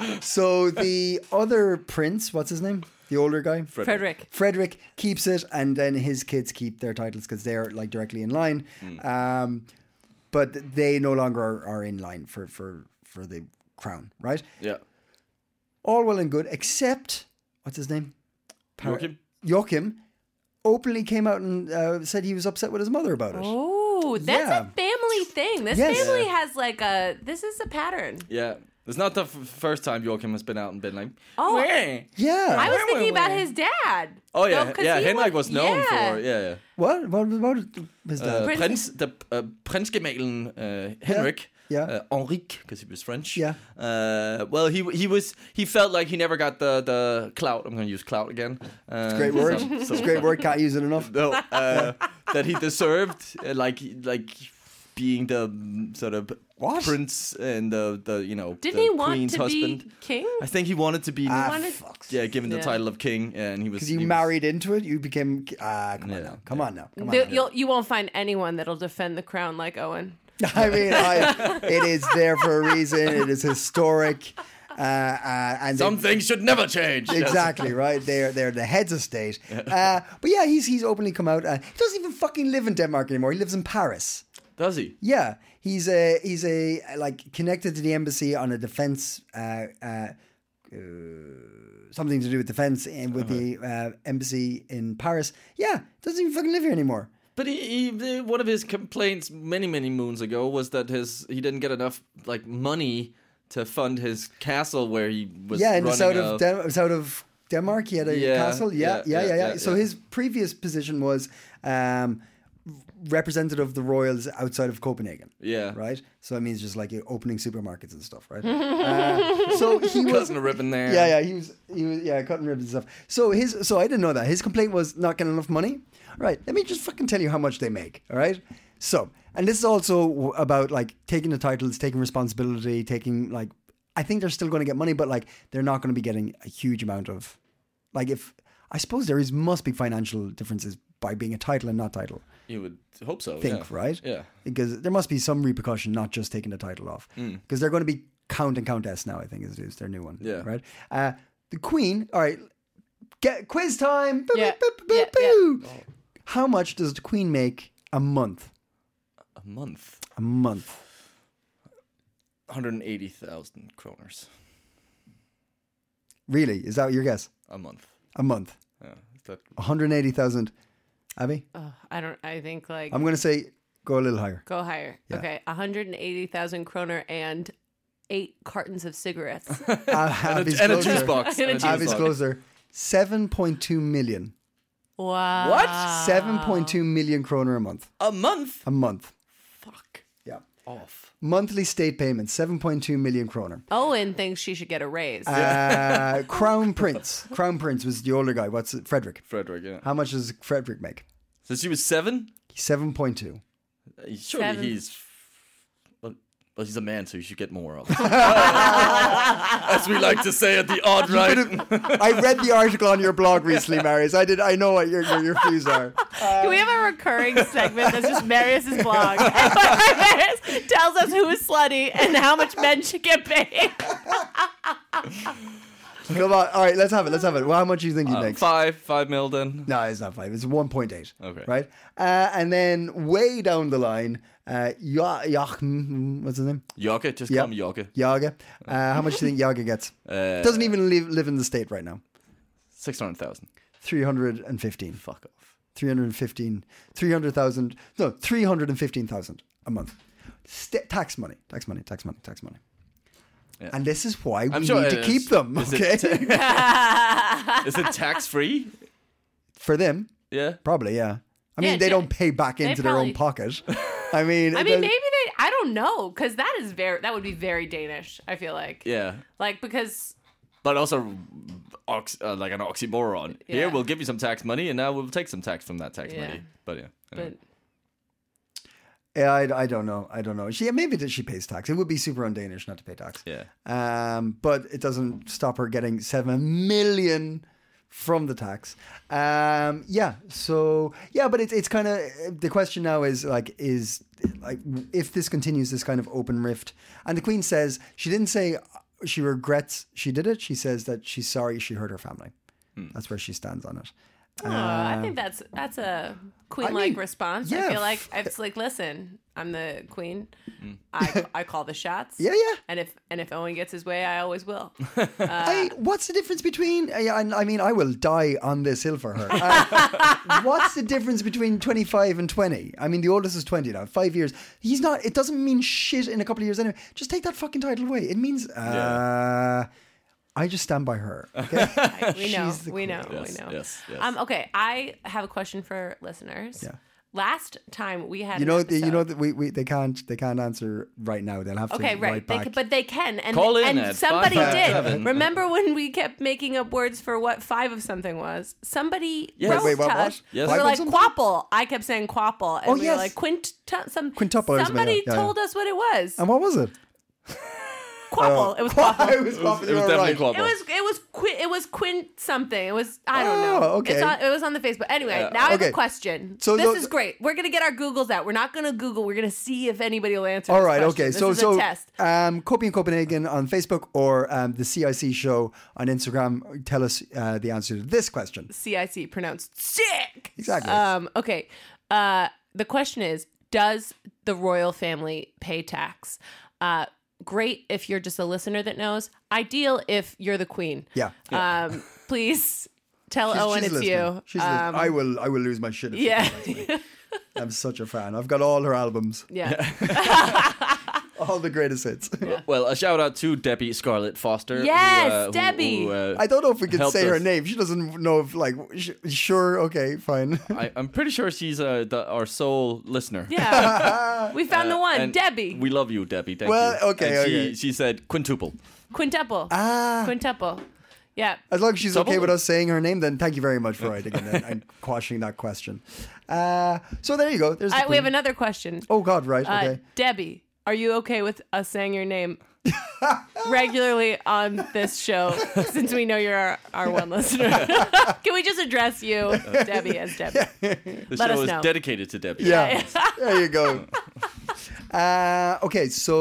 [SPEAKER 1] No.
[SPEAKER 2] so the other prince, what's his name? The older guy,
[SPEAKER 1] Frederick.
[SPEAKER 2] Frederick keeps it, and then his kids keep their titles because they're like directly in line.
[SPEAKER 3] Hmm.
[SPEAKER 2] Um, but they no longer are, are in line for for for the crown, right?
[SPEAKER 3] Yeah.
[SPEAKER 2] All well and good, except what's his name?
[SPEAKER 3] Joachim.
[SPEAKER 2] Joachim openly came out and uh, said he was upset with his mother about it.
[SPEAKER 1] Oh, that's
[SPEAKER 2] Yeah.
[SPEAKER 1] a family thing. This
[SPEAKER 2] Yes.
[SPEAKER 1] family has like a. This is a pattern.
[SPEAKER 3] Yeah. It's not the f- first time Joachim has been out and been like,
[SPEAKER 1] Oh.
[SPEAKER 3] "Wah."
[SPEAKER 2] Yeah.
[SPEAKER 1] I was
[SPEAKER 3] Where
[SPEAKER 1] thinking
[SPEAKER 3] were
[SPEAKER 1] about
[SPEAKER 3] we?
[SPEAKER 1] his dad.
[SPEAKER 3] Oh
[SPEAKER 1] No,
[SPEAKER 3] yeah,
[SPEAKER 1] 'cause
[SPEAKER 3] yeah.
[SPEAKER 1] he
[SPEAKER 3] Henrik was known for yeah, yeah.
[SPEAKER 2] what? What about his dad?
[SPEAKER 3] Uh,
[SPEAKER 1] Prince-
[SPEAKER 3] Prince, the uh, Prinsgemalen uh, Henrik,
[SPEAKER 2] Yeah.
[SPEAKER 3] uh, Henrik, because he was French.
[SPEAKER 2] Yeah.
[SPEAKER 3] Uh, well, he he was he felt like he never got the the clout. I'm going to use clout again. Uh, it's
[SPEAKER 2] great word. it's a great word. Can't use it enough.
[SPEAKER 3] No, uh, that he deserved, uh, like like being the mm, sort of
[SPEAKER 2] What?
[SPEAKER 3] prince and the the you know
[SPEAKER 1] Didn't
[SPEAKER 3] the
[SPEAKER 1] he want
[SPEAKER 3] queen's
[SPEAKER 1] to
[SPEAKER 3] husband.
[SPEAKER 1] be king?
[SPEAKER 3] I think he wanted to be
[SPEAKER 2] Ah,
[SPEAKER 1] Wanted-
[SPEAKER 2] fuck.
[SPEAKER 3] yeah given the
[SPEAKER 1] Yeah.
[SPEAKER 3] title of king, and he was
[SPEAKER 2] Because you
[SPEAKER 3] he was-
[SPEAKER 2] married into it, you became. Ah, come on
[SPEAKER 3] Yeah,
[SPEAKER 2] now. Come on now. Come on.
[SPEAKER 1] There-
[SPEAKER 2] now.
[SPEAKER 1] you'll, you won't find anyone that'll defend the crown like Owen.
[SPEAKER 2] I mean, I, it is there for a reason. It is historic, uh, uh, and they-
[SPEAKER 3] Some things should never change. Yes.
[SPEAKER 2] exactly right. They're they're the heads of state. Uh, but yeah, he's he's openly come out. Uh, he doesn't even fucking live in Denmark anymore. He lives in Paris.
[SPEAKER 3] Does he?
[SPEAKER 2] Yeah, he's a he's a like connected to the embassy on a defense uh, uh, uh, something to do with defense and with the uh, embassy in Paris. Yeah, doesn't even fucking live here anymore.
[SPEAKER 3] But he, he, the- one of his complaints many, many moons ago was that his he didn't get enough like money to fund his castle where he was.
[SPEAKER 2] yeah, in the
[SPEAKER 3] running
[SPEAKER 2] south
[SPEAKER 3] a-
[SPEAKER 2] of Den- south of Denmark, he had a
[SPEAKER 3] Yeah,
[SPEAKER 2] castle. Yeah, yeah, yeah, yeah.
[SPEAKER 3] yeah,
[SPEAKER 2] so
[SPEAKER 3] yeah.
[SPEAKER 2] his previous position was um, representative of the royals outside of Copenhagen.
[SPEAKER 3] Yeah.
[SPEAKER 2] right. So that means just like opening supermarkets and stuff, right? uh, so he was.
[SPEAKER 3] cutting a ribbon there.
[SPEAKER 2] Yeah, yeah, he was, he was, yeah, cutting ribbons and stuff. So his, so I didn't know that his complaint was not getting enough money. Right, let me just fucking tell you how much they make. All right, so and this is also w- about like taking the titles, taking responsibility, taking like I think they're still going to get money, but like they're not going to be getting a huge amount of like if I suppose there is must be financial differences by being a title and not title
[SPEAKER 3] You would hope so.
[SPEAKER 2] think,
[SPEAKER 3] yeah.
[SPEAKER 2] right?
[SPEAKER 3] Yeah.
[SPEAKER 2] Because there must be some repercussion, not just taking the title off.
[SPEAKER 3] Mm.
[SPEAKER 2] Because they're going to be Count and Countess now, I think, is, is their new one.
[SPEAKER 3] Yeah.
[SPEAKER 2] Right? Uh, the Queen, all right, get quiz time. Boo,
[SPEAKER 1] Yeah.
[SPEAKER 2] boo, boo,
[SPEAKER 1] Yeah,
[SPEAKER 2] boo, boo. How much does the Queen make a month?
[SPEAKER 3] A month,
[SPEAKER 2] A month.
[SPEAKER 3] one hundred eighty thousand kroners
[SPEAKER 2] Really? Is that your guess?
[SPEAKER 3] a month.
[SPEAKER 2] A month.
[SPEAKER 3] Yeah. Is that
[SPEAKER 2] 180,000. Abby?
[SPEAKER 1] Ugh, I don't. I think like
[SPEAKER 2] I'm going to say go a little higher.
[SPEAKER 1] go higher. Okay, 180,000 kroner and eight cartons of cigarettes.
[SPEAKER 2] Uh, Abby's
[SPEAKER 3] and a
[SPEAKER 2] closer.
[SPEAKER 3] juice box.
[SPEAKER 1] And a juice
[SPEAKER 2] Abby's closer. 7.2 million.
[SPEAKER 1] wow.
[SPEAKER 3] What?
[SPEAKER 2] 7.2 million kroner a month.
[SPEAKER 3] A month?
[SPEAKER 2] A month.
[SPEAKER 3] Fuck
[SPEAKER 2] Yeah.
[SPEAKER 3] off.
[SPEAKER 2] Monthly state payments, 7.2 million kroner.
[SPEAKER 1] Owen thinks she should get a raise.
[SPEAKER 2] Uh, Crown Prince. Crown Prince was the older guy. What's it? Frederick.
[SPEAKER 3] Frederick. Yeah.
[SPEAKER 2] How much does Frederick make?
[SPEAKER 3] So she was seven.
[SPEAKER 2] Seven point two.
[SPEAKER 3] Surely
[SPEAKER 1] Seven.
[SPEAKER 3] he's. Well, well, he's a man, so he should get more of. As we like to say at the odd right.
[SPEAKER 2] I read the article on your blog recently, Marius. I did. I know what your your, your views are.
[SPEAKER 1] Can we have a recurring segment that's just Marius's blog? Marius tells us who is slutty and how much men should get paid.
[SPEAKER 2] Come on. All right, let's have it. Let's have it. Well, how much do you think
[SPEAKER 3] Um,
[SPEAKER 2] you make?
[SPEAKER 3] Uh, five, five mil then.
[SPEAKER 2] No, it's not five. It's one point eight.
[SPEAKER 3] Okay.
[SPEAKER 2] Right. Uh, and then way down the line, uh, Ja- Joachim, what's his name?
[SPEAKER 3] Yoga, just call him Yoga.
[SPEAKER 2] Yaga. Uh, how much do you think Yaga gets?
[SPEAKER 3] Uh,
[SPEAKER 2] Doesn't even live live in the state right now.
[SPEAKER 3] 600,000.
[SPEAKER 2] Three hundred and fifteen.
[SPEAKER 3] Fuck off.
[SPEAKER 2] 315 300,000 no 315,000 a month St- tax money tax money tax money tax money
[SPEAKER 3] Yeah.
[SPEAKER 2] and this is why we
[SPEAKER 3] sure
[SPEAKER 2] need
[SPEAKER 3] it
[SPEAKER 2] to
[SPEAKER 3] is.
[SPEAKER 2] keep them
[SPEAKER 3] Is
[SPEAKER 2] okay
[SPEAKER 3] it Is it tax free?
[SPEAKER 2] for them
[SPEAKER 3] Yeah.
[SPEAKER 2] probably yeah I mean
[SPEAKER 1] Yeah,
[SPEAKER 2] they
[SPEAKER 1] ju-
[SPEAKER 2] don't pay back into their own pocket I mean
[SPEAKER 1] I
[SPEAKER 2] the-
[SPEAKER 1] mean, maybe they. I don't know because that is very. That would be very Danish. I feel like.
[SPEAKER 3] Yeah.
[SPEAKER 1] Like because
[SPEAKER 3] But also, ox- uh, like an oxymoron. Here,
[SPEAKER 1] Yeah.
[SPEAKER 3] we'll give you some tax money, and now we'll take some tax from that tax
[SPEAKER 1] Yeah.
[SPEAKER 3] money. But yeah. anyway.
[SPEAKER 1] but
[SPEAKER 2] Yeah, I, I don't know I don't know she maybe that she pays tax it would be super un-Danish not to pay tax
[SPEAKER 3] yeah.
[SPEAKER 2] um, but it doesn't stop her getting seven million from the tax. Um, yeah, so yeah, but it's it's kind of the question now is like is like if this continues this kind of open rift, and the Queen says she didn't say uh, she regrets she did it. She says that she's sorry she hurt her family. That's where she stands on it.
[SPEAKER 1] uh, I think that's that's a queen-like
[SPEAKER 2] mean,
[SPEAKER 1] response.
[SPEAKER 2] yeah,
[SPEAKER 1] I feel like
[SPEAKER 2] f- Mm.
[SPEAKER 1] it's like, listen, I'm the queen. I I call the shots.
[SPEAKER 2] Yeah, yeah.
[SPEAKER 1] And if and if Owen gets his way, I always will.
[SPEAKER 2] I,
[SPEAKER 1] Uh,
[SPEAKER 2] what's the difference between? I, I I mean, I will die on this hill for her. Uh, what's the difference between twenty-five and twenty? I mean, the oldest is twenty now. Five years. He's not. It doesn't mean shit in a couple of years anyway. Just take that fucking title away. It means. Uh, I just stand by her. Okay.
[SPEAKER 1] we know,
[SPEAKER 2] She's the
[SPEAKER 1] we know,
[SPEAKER 3] Yes,
[SPEAKER 1] we know.
[SPEAKER 3] yes, yes.
[SPEAKER 1] Um, okay, I have a question for listeners.
[SPEAKER 2] Yeah.
[SPEAKER 1] Last time we had
[SPEAKER 2] you
[SPEAKER 1] an
[SPEAKER 2] know. The, you
[SPEAKER 1] episode-
[SPEAKER 2] know that we, we they can't they can't answer right now. They'll have to
[SPEAKER 1] Okay, right.
[SPEAKER 2] write
[SPEAKER 1] They
[SPEAKER 2] back.
[SPEAKER 1] can, but they can. And,
[SPEAKER 3] Call in
[SPEAKER 1] and
[SPEAKER 3] at
[SPEAKER 1] somebody did.
[SPEAKER 3] 557.
[SPEAKER 1] Remember when we kept making up words for what five of something was? Somebody
[SPEAKER 3] Yes.
[SPEAKER 1] wrote
[SPEAKER 2] wait,
[SPEAKER 3] Wait,
[SPEAKER 2] what,
[SPEAKER 1] to
[SPEAKER 2] what?
[SPEAKER 1] us.
[SPEAKER 3] Yes.
[SPEAKER 1] We
[SPEAKER 3] Five
[SPEAKER 1] were
[SPEAKER 3] of
[SPEAKER 1] like
[SPEAKER 2] something?
[SPEAKER 1] quapple. I kept saying quapple. And
[SPEAKER 2] Oh,
[SPEAKER 1] we
[SPEAKER 2] yes.
[SPEAKER 1] were like quint some
[SPEAKER 2] Quintuple is
[SPEAKER 1] Somebody
[SPEAKER 2] about- yeah,
[SPEAKER 1] told us what it was.
[SPEAKER 2] and what was it?
[SPEAKER 1] quapple. It was
[SPEAKER 2] I
[SPEAKER 1] quapple.
[SPEAKER 2] was,
[SPEAKER 3] It was definitely
[SPEAKER 1] It
[SPEAKER 3] quabble.
[SPEAKER 1] was it was qui- it was quint something. It was I don't
[SPEAKER 2] Oh,
[SPEAKER 1] know.
[SPEAKER 2] okay.
[SPEAKER 1] It's on, it was on the Facebook. Anyway, now I have
[SPEAKER 2] okay.
[SPEAKER 1] a question.
[SPEAKER 2] So
[SPEAKER 1] So this
[SPEAKER 2] tho-
[SPEAKER 1] is great. We're gonna get our Googles out. We're not gonna Google. We're gonna see if anybody will answer.
[SPEAKER 2] All
[SPEAKER 1] this
[SPEAKER 2] right,
[SPEAKER 1] question.
[SPEAKER 2] okay.
[SPEAKER 1] This
[SPEAKER 2] so
[SPEAKER 1] is a
[SPEAKER 2] so
[SPEAKER 1] test.
[SPEAKER 2] um Copy in Copenhagen on Facebook or um, the CIC show on Instagram tell us uh, the answer to this question.
[SPEAKER 1] CIC pronounced sick.
[SPEAKER 2] Exactly.
[SPEAKER 1] Um, okay. Uh, the question is Does the royal family pay tax? Uh, great if you're just a listener that knows. Ideal if you're the queen.
[SPEAKER 2] Yeah.
[SPEAKER 1] Um, please tell
[SPEAKER 2] She's-
[SPEAKER 1] Owen
[SPEAKER 2] she's
[SPEAKER 1] it's
[SPEAKER 2] listening.
[SPEAKER 1] you.
[SPEAKER 2] She's
[SPEAKER 1] um,
[SPEAKER 2] listening. I will I will lose my shit if she
[SPEAKER 1] yeah.
[SPEAKER 2] comes back to me. I'm such a fan. I've got all her albums,
[SPEAKER 1] yeah.
[SPEAKER 2] all the greatest hits.
[SPEAKER 3] Well, a shout out to Debbie Scarlett Foster. who,
[SPEAKER 1] Yes,
[SPEAKER 3] uh, who-
[SPEAKER 1] Debbie.
[SPEAKER 3] who, uh,
[SPEAKER 2] I don't know if we can
[SPEAKER 3] Helped
[SPEAKER 2] say her
[SPEAKER 3] us.
[SPEAKER 2] name. She doesn't know if like sh- sure, okay, fine.
[SPEAKER 3] I, I'm pretty sure she's uh, the, our sole listener.
[SPEAKER 1] Yeah. we found the one,
[SPEAKER 3] Uh, And
[SPEAKER 1] Debbie.
[SPEAKER 3] We love you, Debbie. Thank
[SPEAKER 2] Well,
[SPEAKER 3] you.
[SPEAKER 2] okay,
[SPEAKER 3] And she,
[SPEAKER 2] okay.
[SPEAKER 3] she said quintuple.
[SPEAKER 1] Quintuple.
[SPEAKER 2] Ah.
[SPEAKER 1] Quintuple. Yeah.
[SPEAKER 2] As long as she's okay
[SPEAKER 3] Double-
[SPEAKER 2] with us saying her name, then thank you very much, Freud, again, and, and quashing that question. Uh, so there you go. There's the
[SPEAKER 1] I, we have
[SPEAKER 2] queen.
[SPEAKER 1] another question.
[SPEAKER 2] Oh God, right?
[SPEAKER 1] Uh,
[SPEAKER 2] Okay.
[SPEAKER 1] Debbie, are you okay with us saying your name regularly on this show since we know you're our, our one listener? Can we just address you, Debbie, as Debbie?
[SPEAKER 3] The
[SPEAKER 1] Let
[SPEAKER 3] show
[SPEAKER 1] us
[SPEAKER 3] is
[SPEAKER 1] know.
[SPEAKER 3] dedicated to Debbie.
[SPEAKER 2] Yeah. there you go. Uh, okay, so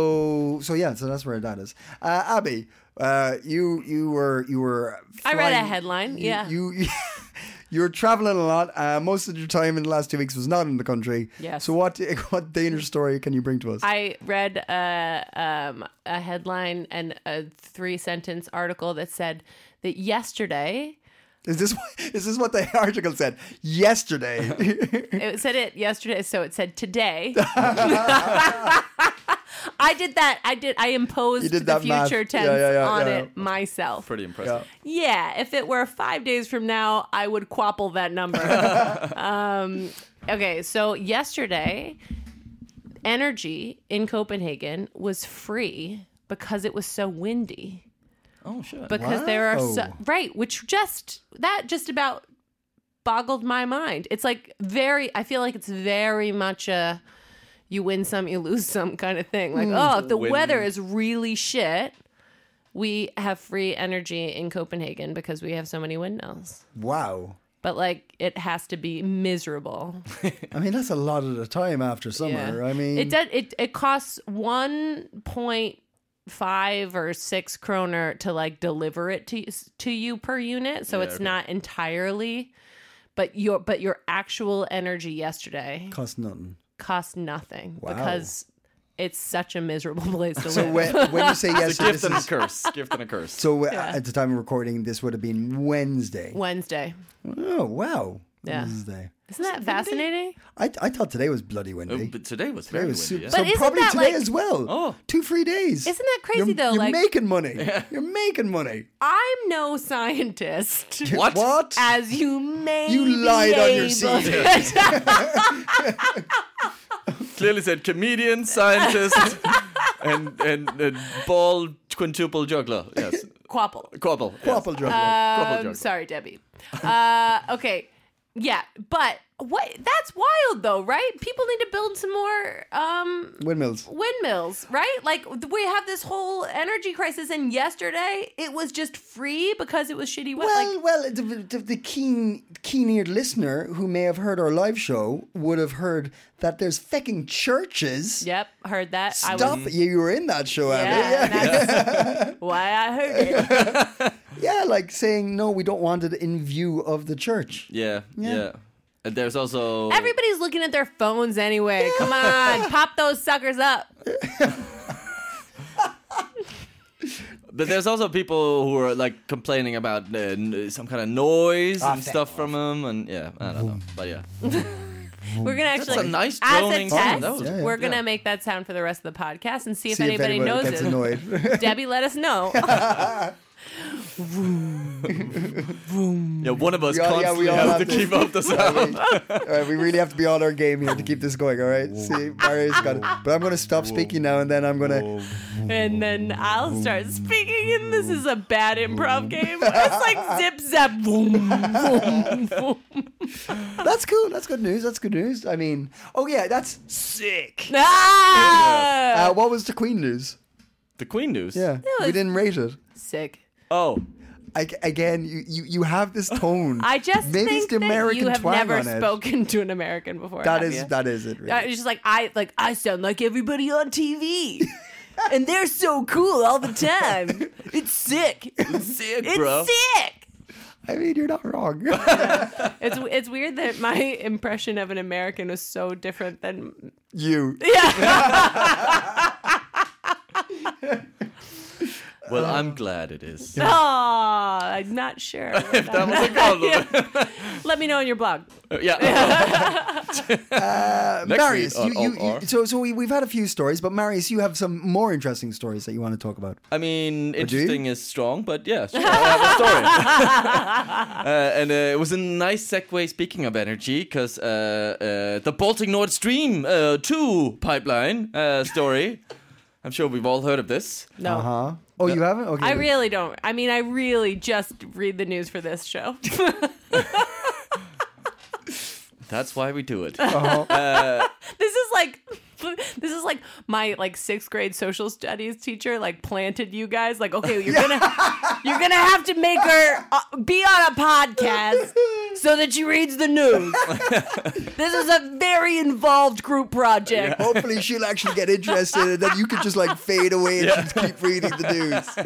[SPEAKER 2] so yeah, so that's where that is. Uh, Abby, uh, you you were you were.
[SPEAKER 1] I read a
[SPEAKER 2] flying-
[SPEAKER 1] headline,
[SPEAKER 2] you-
[SPEAKER 1] yeah.
[SPEAKER 2] You. you were traveling a lot. Uh, most of your time in the last two weeks was not in the country.
[SPEAKER 1] Yes.
[SPEAKER 2] So what what Danish story can you bring to us?
[SPEAKER 1] I read a, um, a headline and a three sentence article that said that yesterday,
[SPEAKER 2] is this what- is this what the article said yesterday?
[SPEAKER 1] it said it yesterday, so it said today. I did that. I did. I imposed
[SPEAKER 2] You did
[SPEAKER 1] the
[SPEAKER 2] that math.
[SPEAKER 1] future
[SPEAKER 2] Yeah,
[SPEAKER 1] tense
[SPEAKER 2] yeah, yeah,
[SPEAKER 1] on
[SPEAKER 2] yeah.
[SPEAKER 1] it myself.
[SPEAKER 3] Pretty impressive.
[SPEAKER 1] Yeah, if it were five days from now, I would quapple that number. um, okay, so yesterday, energy in Copenhagen was free because it was so windy.
[SPEAKER 3] Oh, sure.
[SPEAKER 1] Because there are so,
[SPEAKER 2] Wow.
[SPEAKER 1] right, which just that just about boggled my mind. It's like very, I feel like it's very much a you win some, you lose some kind of thing. Like, oh, if the
[SPEAKER 3] Win.
[SPEAKER 1] weather is really shit, we have free energy in Copenhagen because we have so many windmills.
[SPEAKER 2] Wow.
[SPEAKER 1] But like, it has to be miserable.
[SPEAKER 2] I mean, that's a lot at a time after summer.
[SPEAKER 1] Yeah.
[SPEAKER 2] I mean,
[SPEAKER 1] it does. It it costs one point five or six kroner to like deliver it to to you per unit, so it's
[SPEAKER 3] okay.
[SPEAKER 1] not entirely. But your but your actual energy yesterday
[SPEAKER 2] costs nothing.
[SPEAKER 1] cost nothing
[SPEAKER 2] Wow.
[SPEAKER 1] because it's such a miserable place to
[SPEAKER 2] So
[SPEAKER 1] live.
[SPEAKER 2] when, when you say yes,
[SPEAKER 3] It's a
[SPEAKER 2] to this
[SPEAKER 3] gift and a
[SPEAKER 2] is,
[SPEAKER 3] curse. Gift and a curse.
[SPEAKER 2] so uh, at the time of recording, this would have been Wednesday.
[SPEAKER 1] Wednesday,
[SPEAKER 2] Oh wow,
[SPEAKER 1] Yeah.
[SPEAKER 2] Wednesday.
[SPEAKER 1] isn't that fascinating?
[SPEAKER 2] I, I thought today was bloody
[SPEAKER 3] Oh,
[SPEAKER 2] windy.
[SPEAKER 3] but today was
[SPEAKER 2] Today
[SPEAKER 3] very
[SPEAKER 2] was super,
[SPEAKER 3] windy. yeah.
[SPEAKER 2] so
[SPEAKER 1] But isn't
[SPEAKER 2] probably
[SPEAKER 1] that
[SPEAKER 2] today
[SPEAKER 1] like-
[SPEAKER 2] as well.
[SPEAKER 3] Oh.
[SPEAKER 2] two free days.
[SPEAKER 1] Isn't that crazy
[SPEAKER 2] You're-
[SPEAKER 1] though?
[SPEAKER 2] You're
[SPEAKER 1] like
[SPEAKER 2] making money. You're making money.
[SPEAKER 1] I'm no scientist.
[SPEAKER 3] What?
[SPEAKER 2] What?
[SPEAKER 1] As you may
[SPEAKER 2] You
[SPEAKER 1] be
[SPEAKER 2] lied on your
[SPEAKER 1] able-
[SPEAKER 2] CV.
[SPEAKER 3] Clearly said comedian, scientist, and and uh, bald quintuple juggler. Yes,
[SPEAKER 1] Quapple.
[SPEAKER 3] quabble.
[SPEAKER 2] Quapple juggler.
[SPEAKER 1] Um,
[SPEAKER 3] Quapple juggler.
[SPEAKER 1] sorry, Debbie. Uh, okay, yeah, but what? That's wild, though, right? People need to build some more um,
[SPEAKER 2] Windmills.
[SPEAKER 1] windmills, right? Like th- we have this whole energy crisis, and yesterday it was just free because it was shitty weather.
[SPEAKER 2] Well,
[SPEAKER 1] like,
[SPEAKER 2] well, the, the, the keen, keen-eared listener who may have heard our live show would have heard that there's fucking churches.
[SPEAKER 1] yep, heard that.
[SPEAKER 2] Stop! You, you were in that show,
[SPEAKER 1] Yeah,
[SPEAKER 2] Abby. Yeah.
[SPEAKER 1] that's why I heard it.
[SPEAKER 2] Yeah, like saying no, we don't want it in view of the church.
[SPEAKER 3] Yeah, yeah, And there's also
[SPEAKER 1] Everybody's looking at their phones anyway. Come on, pop those suckers up.
[SPEAKER 3] but there's also people who are like complaining about uh, n- some kind of noise
[SPEAKER 2] Ah,
[SPEAKER 3] and
[SPEAKER 2] fuck
[SPEAKER 3] stuff from them, and yeah, I don't know, but yeah,
[SPEAKER 1] We're gonna actually
[SPEAKER 3] a nice
[SPEAKER 1] as a
[SPEAKER 3] droning
[SPEAKER 1] test.
[SPEAKER 3] sound. That was-
[SPEAKER 2] Yeah, yeah.
[SPEAKER 1] We're gonna
[SPEAKER 3] Yeah.
[SPEAKER 1] make that sound for the rest of the podcast and see if
[SPEAKER 2] See if
[SPEAKER 1] anybody
[SPEAKER 2] anybody
[SPEAKER 1] knows
[SPEAKER 2] gets
[SPEAKER 1] it.
[SPEAKER 2] annoyed.
[SPEAKER 1] Debbie, let us know.
[SPEAKER 3] yeah. One of us
[SPEAKER 2] We all- yeah, we
[SPEAKER 3] constantly
[SPEAKER 2] all
[SPEAKER 3] has
[SPEAKER 2] have
[SPEAKER 3] to
[SPEAKER 2] to-
[SPEAKER 3] keep up the sound.
[SPEAKER 2] all right, we really have to be on our game here to keep this going. All right, see, Mario's got it. But I'm going to stop speaking now, and then I'm going to.
[SPEAKER 1] and then I'll start speaking, and this is a bad improv game. It's like zip zap, boom, boom, boom.
[SPEAKER 2] That's cool. That's good news. That's good news. I mean, oh yeah, that's sick.
[SPEAKER 1] Ah!
[SPEAKER 2] Uh, what was the Queen news?
[SPEAKER 3] the Queen news.
[SPEAKER 2] Yeah, we
[SPEAKER 1] it's-
[SPEAKER 2] didn't rate it.
[SPEAKER 1] Sick.
[SPEAKER 3] Oh,
[SPEAKER 2] I, again, you, you you have this tone.
[SPEAKER 1] I just
[SPEAKER 2] Maybe
[SPEAKER 1] think
[SPEAKER 2] it's the
[SPEAKER 1] that
[SPEAKER 2] American
[SPEAKER 1] you have
[SPEAKER 2] twang
[SPEAKER 1] never
[SPEAKER 2] on it.
[SPEAKER 1] spoken to an American before.
[SPEAKER 2] That
[SPEAKER 1] have
[SPEAKER 2] is
[SPEAKER 1] you?
[SPEAKER 2] that is it. Really.
[SPEAKER 1] I- It's just like I like I sound like everybody on TV. And they're so cool all the time. It's sick. It's
[SPEAKER 3] sick, bro.
[SPEAKER 1] sick.
[SPEAKER 2] I mean, you're not wrong.
[SPEAKER 1] It's it's weird that my impression of an American is so different than
[SPEAKER 2] you.
[SPEAKER 3] well, I'm glad it is.
[SPEAKER 1] oh, I'm not sure.
[SPEAKER 3] if that was a compliment.
[SPEAKER 1] Let me know on your blog.
[SPEAKER 3] yeah. Uh, Next
[SPEAKER 2] Marius,
[SPEAKER 3] week
[SPEAKER 2] you,
[SPEAKER 3] on
[SPEAKER 2] you,
[SPEAKER 3] OR.
[SPEAKER 2] you, so so we, we've had a few stories, but Marius, you have some more interesting stories that you want to talk about.
[SPEAKER 3] I mean,
[SPEAKER 2] do you?
[SPEAKER 3] interesting is strong, but yeah, sure, I have a story. uh, and uh, it was a nice segue. Speaking of energy, because uh, uh, the Baltic Nord Stream uh, two pipeline uh, story. I'm sure we've all heard of this.
[SPEAKER 1] No.
[SPEAKER 3] Uh,
[SPEAKER 2] Huh? Oh, you haven't? Okay.
[SPEAKER 1] I really don't. I mean, I really just read the news for this show.
[SPEAKER 3] That's why we do it.
[SPEAKER 1] this is like this is like my like 6th grade social studies teacher like planted you guys like okay, you're going to you're going to have to make her uh, be on a podcast so that she reads the news. this is a very involved group project.
[SPEAKER 2] Hopefully, she'll actually get interested, and then you could just like fade away and just keep reading the news.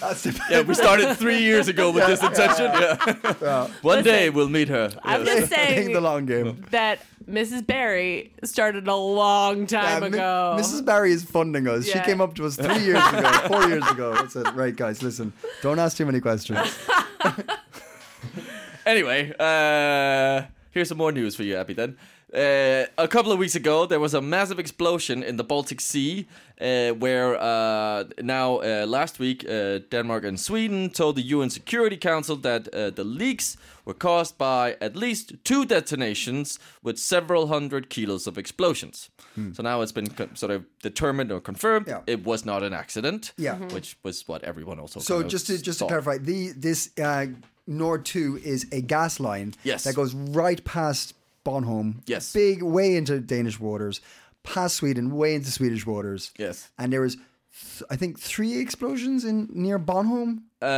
[SPEAKER 2] That's the
[SPEAKER 3] yeah, we started three years ago with this intention. Yeah. One day we'll meet her.
[SPEAKER 1] I'm
[SPEAKER 3] Yes.
[SPEAKER 1] just saying
[SPEAKER 2] playing the long game.
[SPEAKER 1] that Mrs. Barry started a long time
[SPEAKER 2] Uh, Mi-
[SPEAKER 1] ago.
[SPEAKER 2] Mrs. Barry is funding us. She
[SPEAKER 1] Yeah.
[SPEAKER 2] came up to us three years ago, four years ago. and said, "Right, guys, listen, don't ask too many questions."
[SPEAKER 3] Anyway, uh, here's some more news for you, Abby. Then, uh, a couple of weeks ago, there was a massive explosion in the Baltic Sea, uh, where uh, now uh, last week uh, Denmark and Sweden told the UN Security Council that uh, the leaks were caused by at least two detonations with several hundred kilos of explosions. So now it's been co- sort of determined or confirmed
[SPEAKER 2] Hmm. Yeah.
[SPEAKER 3] it was not an accident.
[SPEAKER 2] Yeah. Mhm.
[SPEAKER 3] which was what everyone also.
[SPEAKER 2] So
[SPEAKER 3] kind of
[SPEAKER 2] just to just to
[SPEAKER 3] thought.
[SPEAKER 2] clarify, the this uh, Nord 2 is a gas line
[SPEAKER 3] Yes.
[SPEAKER 2] that goes right past Bonholm.
[SPEAKER 3] Yes.
[SPEAKER 2] Big way into Danish waters, past Sweden, way into Swedish waters.
[SPEAKER 3] Yes.
[SPEAKER 2] And there was th- I think 3 explosions in near Bonholm
[SPEAKER 3] Uh,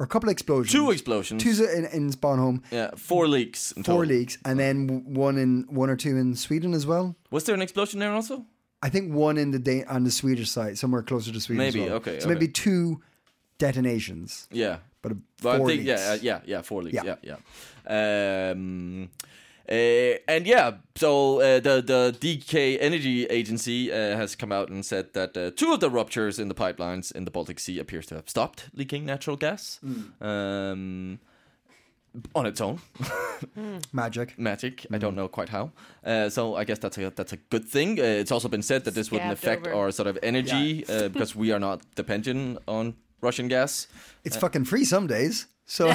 [SPEAKER 2] or a couple of explosions.
[SPEAKER 3] two explosions.
[SPEAKER 2] Two in, in Bonholm.
[SPEAKER 3] yeah, four leaks. in
[SPEAKER 2] Four
[SPEAKER 3] total.
[SPEAKER 2] leaks and then w- one in one or two in Sweden as well.
[SPEAKER 3] Was there an explosion there also?
[SPEAKER 2] I think one in the Dan- on the Swedish side, somewhere closer to Sweden. as
[SPEAKER 3] Maybe,
[SPEAKER 2] well.
[SPEAKER 3] okay,
[SPEAKER 2] So maybe
[SPEAKER 3] okay.
[SPEAKER 2] two detonations,
[SPEAKER 3] Yeah.
[SPEAKER 2] but, a-
[SPEAKER 3] But
[SPEAKER 2] four
[SPEAKER 3] I think
[SPEAKER 2] leaks.
[SPEAKER 3] yeah, uh, yeah, yeah, four leagues,
[SPEAKER 2] Yeah.
[SPEAKER 3] yeah, yeah. Um, uh, and yeah, so uh, the the DK Energy Agency uh, has come out and said that uh, two of the ruptures in the pipelines in the Baltic Sea appears to have stopped leaking natural gas
[SPEAKER 2] Hmm.
[SPEAKER 3] um, on its own.
[SPEAKER 2] magic.
[SPEAKER 3] Magic. I
[SPEAKER 2] Mm.
[SPEAKER 3] don't know quite how. Uh, so I guess that's a that's a good thing. Uh, it's also been said that this wouldn't
[SPEAKER 1] Scabbed
[SPEAKER 3] affect
[SPEAKER 1] over.
[SPEAKER 3] our sort of energy uh, because we are not dependent on Russian gas.
[SPEAKER 2] It's fucking free some days. So
[SPEAKER 3] as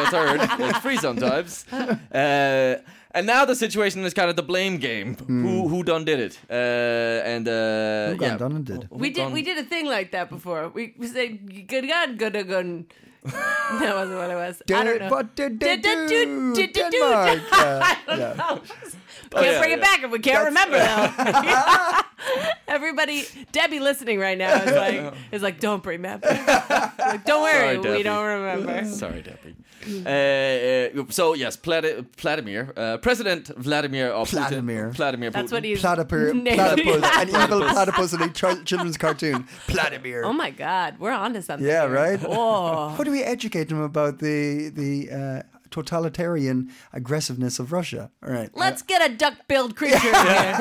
[SPEAKER 3] just heard. It's free sometimes. Uh, and now the situation is kind of the blame game. Who who done did it? Uh, and uh,
[SPEAKER 2] Hmm. Who gone
[SPEAKER 3] yeah,
[SPEAKER 2] done and did?
[SPEAKER 3] Who
[SPEAKER 1] We did
[SPEAKER 3] done-
[SPEAKER 1] we did a thing like that before. We, we said good god good gun. That wasn't what it was. I don't know.
[SPEAKER 2] But did they
[SPEAKER 1] Did they
[SPEAKER 2] do
[SPEAKER 1] do- did they do-
[SPEAKER 2] Denmark? Yeah, yeah.
[SPEAKER 1] Can't
[SPEAKER 3] Oh, yeah,
[SPEAKER 1] bring
[SPEAKER 3] yeah.
[SPEAKER 1] it back if we can't remember though. Everybody, Debbie listening right now is like, is like, don't bring that. Back. Like, don't worry,
[SPEAKER 3] Sorry, Debbie.
[SPEAKER 1] we don't remember.
[SPEAKER 3] Sorry, Debbie.
[SPEAKER 1] Hmm.
[SPEAKER 3] Uh, uh, so yes, Plat- Vladimir, uh, President Vladimir of Putin-
[SPEAKER 2] Vladimir.
[SPEAKER 3] Vladimir.
[SPEAKER 1] That's
[SPEAKER 3] Putin.
[SPEAKER 1] what he's
[SPEAKER 2] Platypus,
[SPEAKER 1] named.
[SPEAKER 2] platypus, an evil
[SPEAKER 3] Platypus.
[SPEAKER 2] platypus in a tri- children's cartoon. Platybeer.
[SPEAKER 1] Oh my God, we're onto something.
[SPEAKER 2] yeah,
[SPEAKER 1] here.
[SPEAKER 2] right.
[SPEAKER 1] Oh,
[SPEAKER 2] How do we educate them about the the uh, totalitarian aggressiveness of Russia? All right.
[SPEAKER 1] let's get a duck-billed creature. in here.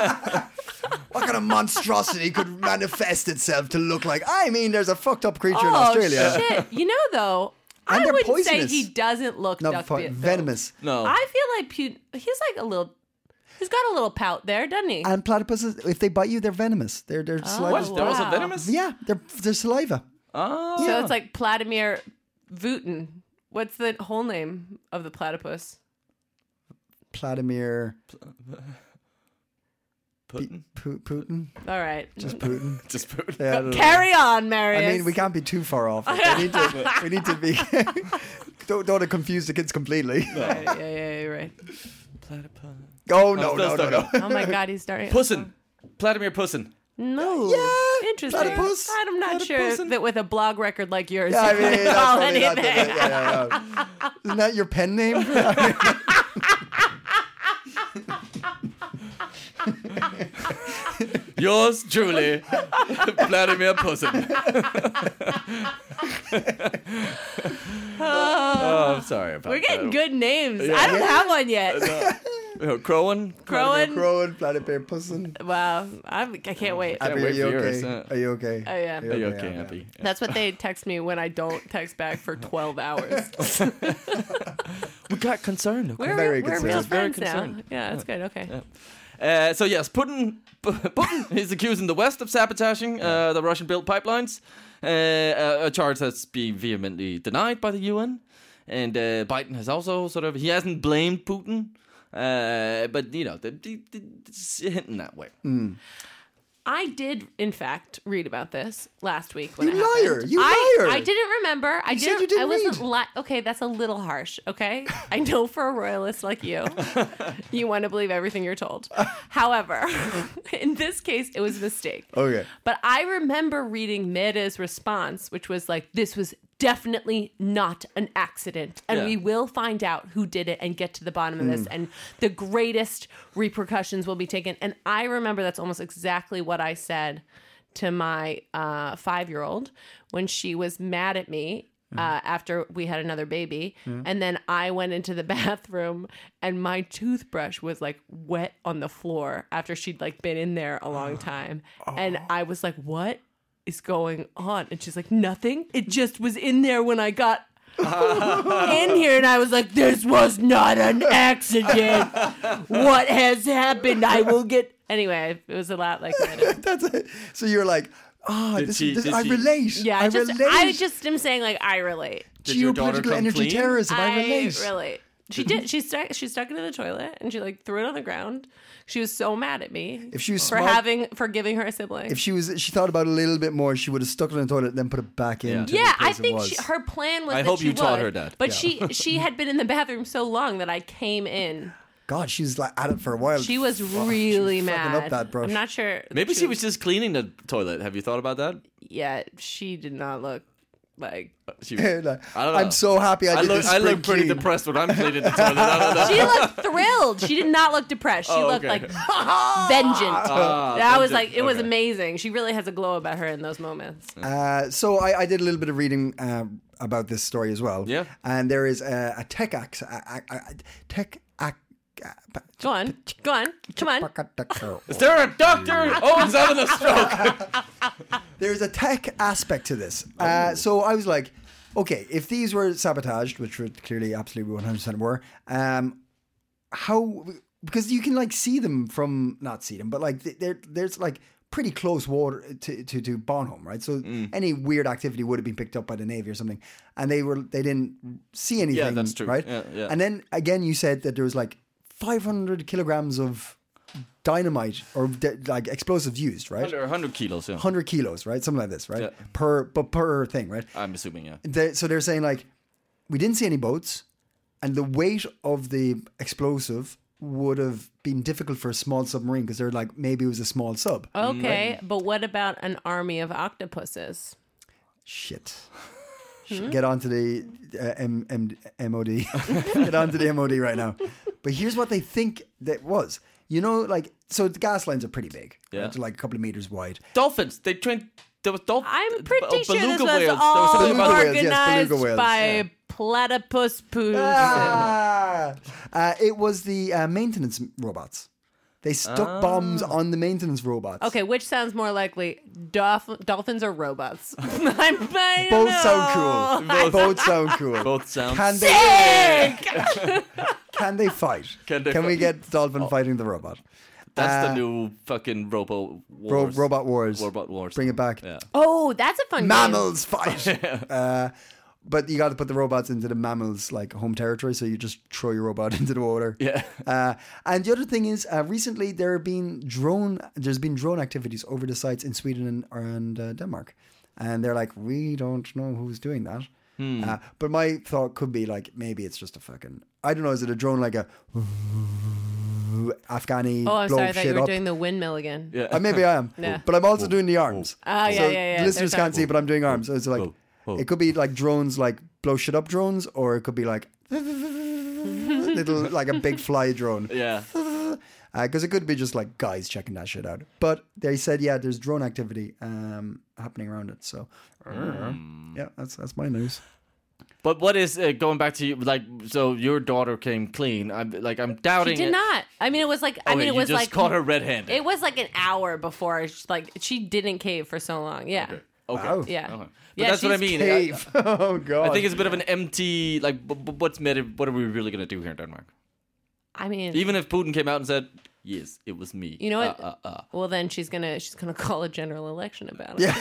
[SPEAKER 2] what kind of monstrosity could manifest itself to look like? I mean, there's a fucked up creature in
[SPEAKER 1] Oh
[SPEAKER 2] Australia.
[SPEAKER 1] shit! You know though,
[SPEAKER 2] And
[SPEAKER 1] I
[SPEAKER 2] they're
[SPEAKER 1] wouldn't
[SPEAKER 2] poisonous.
[SPEAKER 1] say he doesn't look
[SPEAKER 2] Not
[SPEAKER 1] duck
[SPEAKER 2] fu-
[SPEAKER 1] billed.
[SPEAKER 2] venomous.
[SPEAKER 3] No.
[SPEAKER 1] I feel like Putin. He's like a little. He's got a little pout there, doesn't he?
[SPEAKER 2] And platypuses, if they bite you, they're venomous. They're they're
[SPEAKER 1] Oh.
[SPEAKER 2] saliva.
[SPEAKER 3] what? They're also
[SPEAKER 1] Wow.
[SPEAKER 3] venomous.
[SPEAKER 2] Yeah, they're they're saliva.
[SPEAKER 3] Oh.
[SPEAKER 1] So
[SPEAKER 2] Yeah.
[SPEAKER 1] it's like Vladimir Putin. What's the whole name of the platypus?
[SPEAKER 2] Platymer
[SPEAKER 3] Putin.
[SPEAKER 2] Pu- Putin.
[SPEAKER 1] All right.
[SPEAKER 2] Putin.
[SPEAKER 3] Just Putin.
[SPEAKER 2] Yeah, I don't know.
[SPEAKER 1] Carry on,
[SPEAKER 2] I
[SPEAKER 1] Marius.
[SPEAKER 2] mean, we can't be too far off. it. We need to, we need to be. don't don't want to confuse the kids completely.
[SPEAKER 1] Right, yeah, yeah, yeah, right.
[SPEAKER 3] Platypus.
[SPEAKER 2] Oh no
[SPEAKER 3] still
[SPEAKER 2] no no
[SPEAKER 3] stuck
[SPEAKER 2] no.
[SPEAKER 3] up.
[SPEAKER 1] Oh my God, he's starting.
[SPEAKER 3] Pussin. Vladimir Pussin.
[SPEAKER 1] No.
[SPEAKER 2] Yeah,
[SPEAKER 1] Interesting.
[SPEAKER 2] platypus,
[SPEAKER 1] I'm not sure
[SPEAKER 3] platypusin.
[SPEAKER 1] that with a blog record like yours,
[SPEAKER 2] Yeah, I
[SPEAKER 1] you
[SPEAKER 2] mean,
[SPEAKER 1] can
[SPEAKER 2] that's
[SPEAKER 1] call
[SPEAKER 2] probably not the-
[SPEAKER 1] anything.
[SPEAKER 2] yeah, yeah, yeah. Isn't that your pen name? I
[SPEAKER 3] Yours truly, Vladimir Putin. oh, I'm sorry about
[SPEAKER 1] We're getting
[SPEAKER 3] that.
[SPEAKER 1] good names. I don't have one yet.
[SPEAKER 3] good. Crowan?
[SPEAKER 1] Crowan.
[SPEAKER 2] Crowan, Planet Bear Pussin.
[SPEAKER 1] Wow, I'm, I can't wait.
[SPEAKER 2] Abby, are
[SPEAKER 3] wait
[SPEAKER 2] you
[SPEAKER 3] for yours,
[SPEAKER 2] okay?
[SPEAKER 3] uh.
[SPEAKER 2] Are you okay?
[SPEAKER 1] Oh yeah.
[SPEAKER 3] Are you
[SPEAKER 2] Okay,
[SPEAKER 3] okay,
[SPEAKER 2] yeah,
[SPEAKER 3] Abby?
[SPEAKER 1] That's what they text me when I don't text back for 12 hours.
[SPEAKER 3] We got concerned.
[SPEAKER 1] We're,
[SPEAKER 2] Very
[SPEAKER 1] we're
[SPEAKER 2] concerned.
[SPEAKER 1] real
[SPEAKER 3] Very
[SPEAKER 1] friends now.
[SPEAKER 3] concerned.
[SPEAKER 1] Yeah, that's good. Okay.
[SPEAKER 3] Uh, so yes, Putin, Putin is accusing the West of sabotaging uh, the Russian-built pipelines, uh, a- a charge that's being vehemently denied by the UN. And uh, Biden has also sort of he hasn't blamed Putin, uh, but you know, the, the, the, it's hinting that way.
[SPEAKER 2] Mm.
[SPEAKER 1] I did, in fact, read about this last week. When
[SPEAKER 2] You
[SPEAKER 1] it happened.
[SPEAKER 2] liar. You
[SPEAKER 1] I,
[SPEAKER 2] liar.
[SPEAKER 1] I didn't remember. I
[SPEAKER 2] said
[SPEAKER 1] didn't.
[SPEAKER 2] you didn't
[SPEAKER 1] I wasn't.
[SPEAKER 2] read.
[SPEAKER 1] Li- okay, that's a little harsh. Okay, I know for a royalist like you, you want to believe everything you're told. However, in this case, it was a mistake.
[SPEAKER 2] Okay.
[SPEAKER 1] But I remember reading Mehta's response, which was like, "This was." Definitely not an accident. And
[SPEAKER 3] Yeah.
[SPEAKER 1] we will find out who did it and get to the bottom of this. And the greatest repercussions will be taken. And I remember that's almost exactly what I said to my uh, five year old when she was mad at me uh, after we had another baby. And then I went into the bathroom and my toothbrush was like wet on the floor after she'd like been in there a long time. And I was like, what is going on? And she's like, nothing. It just was in there when I got. in here and I was like this was not an accident. What has happened? I will get Anyway, it was a lot like that.
[SPEAKER 2] That's it. So you're like, ah,
[SPEAKER 3] Did
[SPEAKER 2] this,
[SPEAKER 3] she-
[SPEAKER 2] this,
[SPEAKER 3] did
[SPEAKER 2] I
[SPEAKER 3] she-
[SPEAKER 2] relate.
[SPEAKER 1] Yeah,
[SPEAKER 2] I,
[SPEAKER 1] I, just
[SPEAKER 2] relate.
[SPEAKER 1] I just am saying like I relate.
[SPEAKER 3] Did your daughter
[SPEAKER 2] Geopolitical
[SPEAKER 3] come
[SPEAKER 2] energy
[SPEAKER 3] clean?
[SPEAKER 2] terrorism. I, relate.
[SPEAKER 1] relate. She did. She stuck. She stuck it in the toilet and she like threw it on the ground. She was so mad at me
[SPEAKER 2] If she was
[SPEAKER 1] for
[SPEAKER 2] smart-
[SPEAKER 1] having for giving her a sibling.
[SPEAKER 2] If she was, she thought about it a little bit more. She would have stuck it in the toilet, then put it back in. to the
[SPEAKER 1] yeah, I
[SPEAKER 2] place it
[SPEAKER 1] think
[SPEAKER 2] was.
[SPEAKER 1] she, her plan was.
[SPEAKER 3] I
[SPEAKER 1] that
[SPEAKER 3] hope
[SPEAKER 1] she
[SPEAKER 3] you taught
[SPEAKER 1] would,
[SPEAKER 3] her that.
[SPEAKER 1] But she she had been in the bathroom so long that I came in.
[SPEAKER 2] God, she was like at it for a while.
[SPEAKER 1] She was
[SPEAKER 2] Oh, Fuck, she
[SPEAKER 1] really
[SPEAKER 2] fucking
[SPEAKER 1] mad.
[SPEAKER 2] Up that brush.
[SPEAKER 1] I'm not sure.
[SPEAKER 3] Maybe she was just cleaning the toilet. Have you thought about that?
[SPEAKER 1] Yeah, she did not look like
[SPEAKER 3] She,
[SPEAKER 2] Like,
[SPEAKER 3] I don't know.
[SPEAKER 2] I'm so happy I
[SPEAKER 3] I
[SPEAKER 2] did
[SPEAKER 3] look,
[SPEAKER 2] this
[SPEAKER 3] I look
[SPEAKER 2] spring
[SPEAKER 3] pretty
[SPEAKER 2] clean.
[SPEAKER 3] depressed when I'm cleaning the toilet. I don't know.
[SPEAKER 1] she looked thrilled. She did not look depressed. She
[SPEAKER 3] Oh,
[SPEAKER 1] looked
[SPEAKER 3] okay.
[SPEAKER 1] like vengeant.
[SPEAKER 3] Ah,
[SPEAKER 1] that was
[SPEAKER 3] vengeant.
[SPEAKER 1] like it was
[SPEAKER 3] Okay.
[SPEAKER 1] amazing. She really has a glow about her in those moments.
[SPEAKER 2] Uh, so I, I did a little bit of reading uh, about this story as well.
[SPEAKER 3] Yeah.
[SPEAKER 2] And there is a, a tech axe, a, a, a tech axe.
[SPEAKER 1] Go on, go on, come on.
[SPEAKER 3] Is there a doctor? Oh, it's having a stroke.
[SPEAKER 2] There's a tech aspect to this.
[SPEAKER 3] Oh.
[SPEAKER 2] Uh, so I was like, okay, if these were sabotaged, which were clearly absolutely 100% were, um, how because you can like see them from not see them, but like th- there there's like pretty close water to to, to Bonholm, right? So
[SPEAKER 3] Mm.
[SPEAKER 2] any weird activity would have been picked up by the navy or something, and they were they didn't see anything.
[SPEAKER 3] that's true.
[SPEAKER 2] Right?
[SPEAKER 3] Yeah, yeah.
[SPEAKER 2] And then again, you said that there was like 500 kilograms of dynamite or de- like explosives used, right?
[SPEAKER 3] 100, 100 kilos, yeah.
[SPEAKER 2] 100 kilos, right? Something like this, right?
[SPEAKER 3] Yeah.
[SPEAKER 2] Per but per thing, right?
[SPEAKER 3] I'm assuming, yeah.
[SPEAKER 2] they so they're saying like we didn't see any boats and the weight of the explosive would have been difficult for a small submarine because they're like maybe it was a small sub
[SPEAKER 1] Okay, but what about an army of octopuses?
[SPEAKER 2] shit
[SPEAKER 3] Hmm.
[SPEAKER 2] get onto the uh, M- M- mod get onto the mod right now but here's what they think that was you know like so the gas lines are pretty big
[SPEAKER 3] Yeah.
[SPEAKER 2] right? They're like a couple of meters wide
[SPEAKER 3] Dolphins. They trained. There was uh, dolphins.
[SPEAKER 2] Uh,
[SPEAKER 1] I'm
[SPEAKER 2] oh,
[SPEAKER 1] pretty sure this was
[SPEAKER 3] there was
[SPEAKER 1] all
[SPEAKER 3] something about
[SPEAKER 2] Beluga whales, yes,
[SPEAKER 1] organized
[SPEAKER 2] beluga whales,
[SPEAKER 1] by
[SPEAKER 2] yeah.
[SPEAKER 1] platypus poos.
[SPEAKER 2] Ah! Uh, it was the uh, maintenance robots. They stuck
[SPEAKER 3] Ah.
[SPEAKER 2] bombs on the maintenance robots.
[SPEAKER 1] Okay, which sounds more likely? Dolph- dolphins or robots? I'm, I don't
[SPEAKER 2] Both sound
[SPEAKER 1] know.
[SPEAKER 2] cool. Both, sound cool.
[SPEAKER 3] both sounds.
[SPEAKER 2] Can they, can they fight?
[SPEAKER 3] Can they
[SPEAKER 2] we
[SPEAKER 3] fight? Oh.
[SPEAKER 2] get Dolphin fighting the robot?
[SPEAKER 3] That's
[SPEAKER 2] Uh,
[SPEAKER 3] the new fucking Robo
[SPEAKER 2] Ro-
[SPEAKER 3] Wars.
[SPEAKER 2] robot wars.
[SPEAKER 3] Robot Wars.
[SPEAKER 2] Bring it back.
[SPEAKER 3] Yeah.
[SPEAKER 1] Oh, that's a fun game.
[SPEAKER 2] Mammals fight. uh, but you got to put the robots into the mammals like home territory, so you just throw your robot into the water.
[SPEAKER 3] Yeah.
[SPEAKER 2] Uh, and the other thing is, uh, recently there have been drone. There's been drone activities over the sites in Sweden and, and uh, Denmark, and they're like, we don't know who's doing that.
[SPEAKER 3] Hmm.
[SPEAKER 2] Uh, but my thought could be like, maybe it's just a fucking. I don't know. Is it a drone like a Afghani?
[SPEAKER 1] Oh, I'm
[SPEAKER 2] blow
[SPEAKER 1] sorry. I thought
[SPEAKER 2] shit
[SPEAKER 1] you were
[SPEAKER 2] up?
[SPEAKER 1] doing the windmill again.
[SPEAKER 3] Yeah.
[SPEAKER 2] Uh, maybe I am,
[SPEAKER 1] Yeah.
[SPEAKER 2] but I'm also doing the arms.
[SPEAKER 1] Ah, yeah,
[SPEAKER 2] so
[SPEAKER 1] yeah, yeah.
[SPEAKER 2] Listeners
[SPEAKER 1] They're
[SPEAKER 2] can't see, but I'm doing arms. So it's like
[SPEAKER 3] Whoa, whoa.
[SPEAKER 2] it could be like drones, like blow shit up drones, or it could be like little like a big fly drone.
[SPEAKER 3] Yeah.
[SPEAKER 2] Because Uh, it could be just like guys checking that shit out. But they said, yeah, there's drone activity um, happening around it. So,
[SPEAKER 3] Mm.
[SPEAKER 2] yeah, that's that's my news.
[SPEAKER 3] But what is uh, going back to you? Like, so your daughter came clean. I'm like, I'm doubting.
[SPEAKER 1] She did
[SPEAKER 3] it.
[SPEAKER 1] not. I mean, it was like. I
[SPEAKER 3] Okay,
[SPEAKER 1] mean, it
[SPEAKER 3] you
[SPEAKER 1] was
[SPEAKER 3] just
[SPEAKER 1] like
[SPEAKER 3] caught her red-handed.
[SPEAKER 1] It was like an hour before. she- Like she didn't cave for so long. Yeah.
[SPEAKER 3] Okay.
[SPEAKER 2] Wow.
[SPEAKER 1] Yeah.
[SPEAKER 3] Okay. But
[SPEAKER 1] Yeah,
[SPEAKER 3] that's what I
[SPEAKER 1] she's
[SPEAKER 3] mean. I,
[SPEAKER 2] Dave. oh, God.
[SPEAKER 3] I think it's a bit of an empty. Like, b- b- what's made of, What are we really gonna do here in Denmark?
[SPEAKER 1] I mean,
[SPEAKER 3] Even if Putin came out and said, "Yes, it was me."
[SPEAKER 1] You know what?
[SPEAKER 3] Uh, uh, uh.
[SPEAKER 1] well, then she's gonna she's gonna call a general election about it.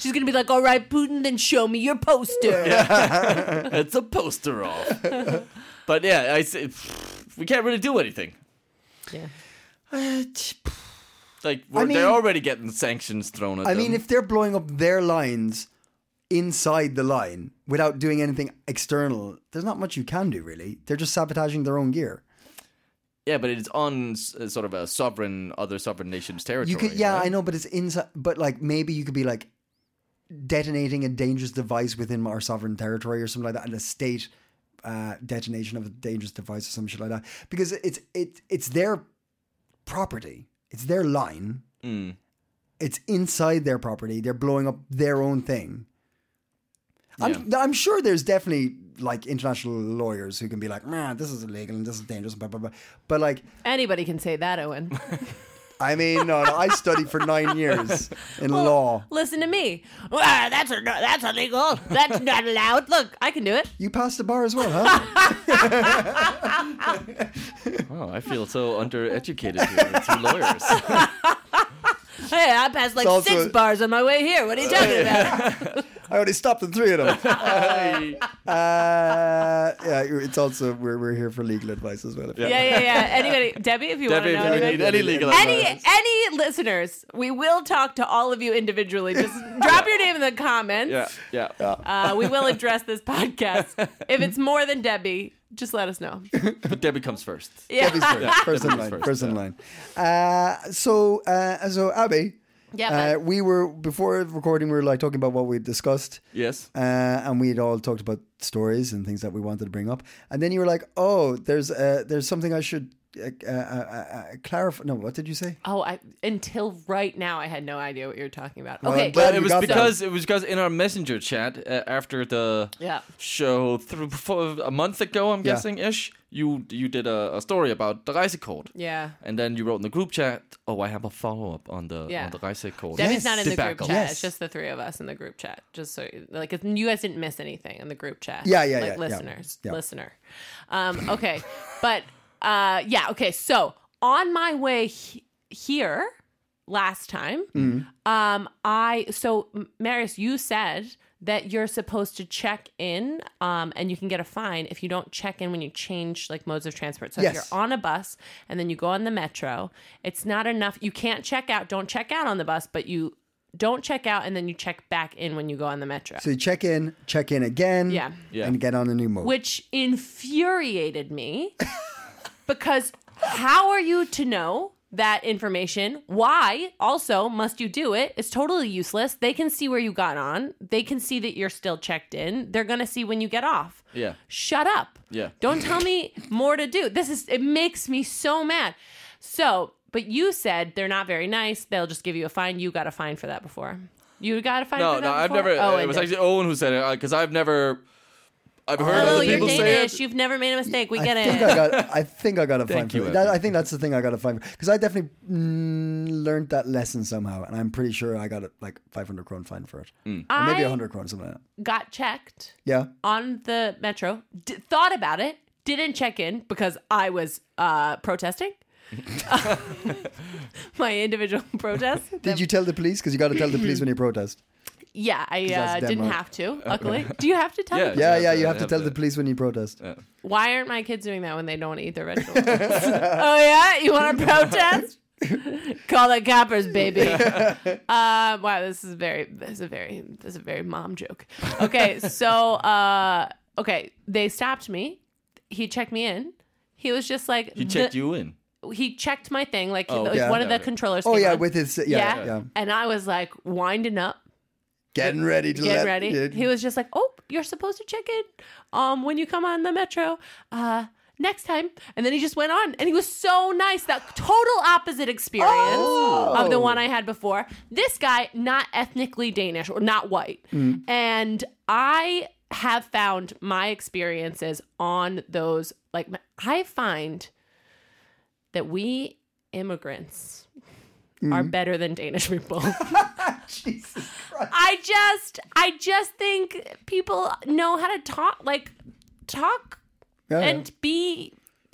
[SPEAKER 1] she's gonna be like, "All right, Putin, then show me your poster."
[SPEAKER 3] it's a poster off. but yeah, I say, we can't really do anything.
[SPEAKER 1] Yeah.
[SPEAKER 3] Like we're,
[SPEAKER 2] mean-
[SPEAKER 3] they're already getting sanctions thrown at
[SPEAKER 2] I
[SPEAKER 3] them.
[SPEAKER 2] mean, if they're blowing up their lines inside the line without doing anything external, there's not much you can do, really. They're just sabotaging their own gear.
[SPEAKER 3] yeah, but it's on s- uh, sort of a sovereign other sovereign nation's territory.
[SPEAKER 2] You could, yeah,
[SPEAKER 3] right?
[SPEAKER 2] I know, but it's inside. But like, maybe you could be like detonating a dangerous device within our sovereign territory or something like that, and a state uh, detonation of a dangerous device or some shit like that, because it's it it's their property, it's their line,
[SPEAKER 3] Mm.
[SPEAKER 2] it's inside their property. They're blowing up their own thing. I'm I'm sure there's definitely like international lawyers who can be like, man, this is illegal and this is dangerous, blah blah blah. But like,
[SPEAKER 1] Anybody can say that, Owen.
[SPEAKER 2] I mean, no, no I studied for nine years in law.
[SPEAKER 1] Listen to me. Well, that's a, that's illegal. That's not allowed. Look, I can do it.
[SPEAKER 2] You passed the bar as well, huh?
[SPEAKER 3] Oh, I feel so undereducated here. with Two lawyers.
[SPEAKER 1] Hey, I passed like
[SPEAKER 2] It's also-
[SPEAKER 1] six bars on my way here. What are you talking about?
[SPEAKER 2] I already stopped the three of them. Uh, yeah, it's also we're, we're here for legal advice as well. if you-
[SPEAKER 1] Yeah, yeah, yeah. Anybody, Debbie, if you
[SPEAKER 3] Debbie,
[SPEAKER 1] want
[SPEAKER 3] if
[SPEAKER 1] to know
[SPEAKER 3] you need
[SPEAKER 1] anybody.
[SPEAKER 3] any legal
[SPEAKER 1] any
[SPEAKER 3] advice.
[SPEAKER 1] any listeners, we will talk to all of you individually. Just drop your name in the comments.
[SPEAKER 3] Yeah, yeah.
[SPEAKER 1] Uh, we will address this podcast. If it's more than Debbie, just let us know.
[SPEAKER 3] But Debbie comes first.
[SPEAKER 1] Yeah.
[SPEAKER 2] Debbie's first, first in
[SPEAKER 3] Debbie's
[SPEAKER 2] line.
[SPEAKER 3] first,
[SPEAKER 2] First in line. Uh, so, uh, so Abby,
[SPEAKER 1] Yeah,
[SPEAKER 2] uh,
[SPEAKER 1] man.
[SPEAKER 2] we were before recording. We were like talking about what we discussed.
[SPEAKER 3] Yes.
[SPEAKER 2] Uh, and we had all talked about stories and things that we wanted to bring up, and then you were like, "Oh, there's uh, there's something I should uh, uh, uh, uh, clarify." No, what did you say?
[SPEAKER 1] Oh, I until right now I had no idea what you were talking about.
[SPEAKER 2] Well,
[SPEAKER 1] Okay.
[SPEAKER 2] I'm glad
[SPEAKER 3] it
[SPEAKER 2] you
[SPEAKER 3] was
[SPEAKER 2] got that.
[SPEAKER 3] because it was because in our messenger chat uh, after the
[SPEAKER 1] Yeah.
[SPEAKER 3] show through before, a month ago, I'm
[SPEAKER 2] Yeah.
[SPEAKER 3] guessing ish. You you did a, a story about the Reisekort.
[SPEAKER 1] yeah.
[SPEAKER 3] And then you wrote in the group chat, "Oh, I have a follow up on the
[SPEAKER 1] Yeah.
[SPEAKER 3] on the Reisekort."
[SPEAKER 1] Debbie's not in the group
[SPEAKER 3] debacle."
[SPEAKER 1] chat. It's just the three of us in the group chat. Just so like if you guys didn't miss anything in the group chat.
[SPEAKER 2] Yeah, yeah,
[SPEAKER 1] like,
[SPEAKER 2] yeah, yeah.
[SPEAKER 1] Listeners,
[SPEAKER 2] Yeah.
[SPEAKER 1] listener. Um, okay, but uh, yeah, okay. So on my way he- here last time,
[SPEAKER 2] Mm.
[SPEAKER 1] um, I so M- Marius, you said that you're supposed to check in, um, and you can get a fine if you don't check in when you change like modes of transport. So
[SPEAKER 2] Yes.
[SPEAKER 1] if you're on a bus and then you go on the metro, it's not enough. You can't check out. Don't check out on the bus, but you don't check out and then you check back in when you go on the metro.
[SPEAKER 2] So you check in, check in again,
[SPEAKER 1] Yeah.
[SPEAKER 3] Yeah.
[SPEAKER 2] and get on a new mode.
[SPEAKER 1] which infuriated me because how are you to know that information? Why also must you do it? It's totally useless. They can see where you got on, they can see that you're still checked in, they're gonna see when you get off.
[SPEAKER 3] Yeah.
[SPEAKER 1] Shut up.
[SPEAKER 3] Yeah.
[SPEAKER 1] Don't tell me more to do. This is, it makes me so mad. So, but you said they're not very nice. They'll just give you a fine. You got a fine for that before. You got a fine
[SPEAKER 3] No,
[SPEAKER 1] for that
[SPEAKER 3] no, I've
[SPEAKER 1] before?
[SPEAKER 3] never.
[SPEAKER 1] Oh,
[SPEAKER 3] it was
[SPEAKER 1] did.
[SPEAKER 3] actually Owen who said it because I've never. I've heard
[SPEAKER 1] Oh,
[SPEAKER 3] other
[SPEAKER 1] you're
[SPEAKER 3] people say
[SPEAKER 1] Danish.
[SPEAKER 3] it.
[SPEAKER 1] You've never made a mistake. We
[SPEAKER 2] I
[SPEAKER 1] get
[SPEAKER 2] think
[SPEAKER 1] it.
[SPEAKER 2] I got. I think I got a fine
[SPEAKER 3] Thank
[SPEAKER 2] for
[SPEAKER 3] you,
[SPEAKER 2] that.
[SPEAKER 3] Evan.
[SPEAKER 2] That- I think that's the thing I got a fine for because I definitely mm, learned that lesson somehow, and I'm pretty sure I got a, like 500 kron fine for it, or maybe
[SPEAKER 1] I-
[SPEAKER 2] 100 kron something like that.
[SPEAKER 1] got checked
[SPEAKER 2] Yeah,
[SPEAKER 1] on the metro, d- thought about it, didn't check in because I was uh, protesting. my individual protest.
[SPEAKER 2] did you tell the police? Because you got to tell the police when you protest.
[SPEAKER 1] Yeah, I uh,
[SPEAKER 2] that's
[SPEAKER 1] didn't
[SPEAKER 2] Denmark.
[SPEAKER 1] have to, luckily. Do you have to tell
[SPEAKER 3] Yeah.
[SPEAKER 1] them?
[SPEAKER 2] Yeah,
[SPEAKER 3] Yeah,
[SPEAKER 2] yeah,
[SPEAKER 3] so
[SPEAKER 2] you
[SPEAKER 3] I
[SPEAKER 2] have to
[SPEAKER 3] have
[SPEAKER 2] tell
[SPEAKER 3] to-
[SPEAKER 2] the police when you protest.
[SPEAKER 1] Why aren't my kids doing that when they don't eat their vegetables? oh, yeah? You want to protest? Call the coppers, baby. Uh, wow, this is very, this is a very, this is a very mom joke. Okay, so, uh, okay, they stopped me. He checked me in. He was just like,
[SPEAKER 3] He checked you in.
[SPEAKER 1] you. He checked my thing, like,
[SPEAKER 3] Oh,
[SPEAKER 1] like
[SPEAKER 3] yeah.
[SPEAKER 1] one of the
[SPEAKER 3] Yeah.
[SPEAKER 1] controllers.
[SPEAKER 2] Oh
[SPEAKER 1] came
[SPEAKER 2] yeah,
[SPEAKER 1] on.
[SPEAKER 2] with his yeah, yeah,
[SPEAKER 1] And I was like winding up,
[SPEAKER 2] getting ready to
[SPEAKER 1] getting
[SPEAKER 2] let
[SPEAKER 1] ready.
[SPEAKER 2] it-
[SPEAKER 1] He was just like, "Oh, you're supposed to check in um when you come on the metro. Uh next time." And then he just went on and he was so nice. That total opposite experience
[SPEAKER 2] Oh.
[SPEAKER 1] of the one I had before. This guy not ethnically Danish or not white.
[SPEAKER 2] Mm.
[SPEAKER 1] And I have found my experiences on those like my- I find that we immigrants are
[SPEAKER 2] Mm.
[SPEAKER 1] better than Danish people.
[SPEAKER 2] Jesus Christ.
[SPEAKER 1] I just I just think people know how to talk like talk
[SPEAKER 2] Yeah, yeah.
[SPEAKER 1] and be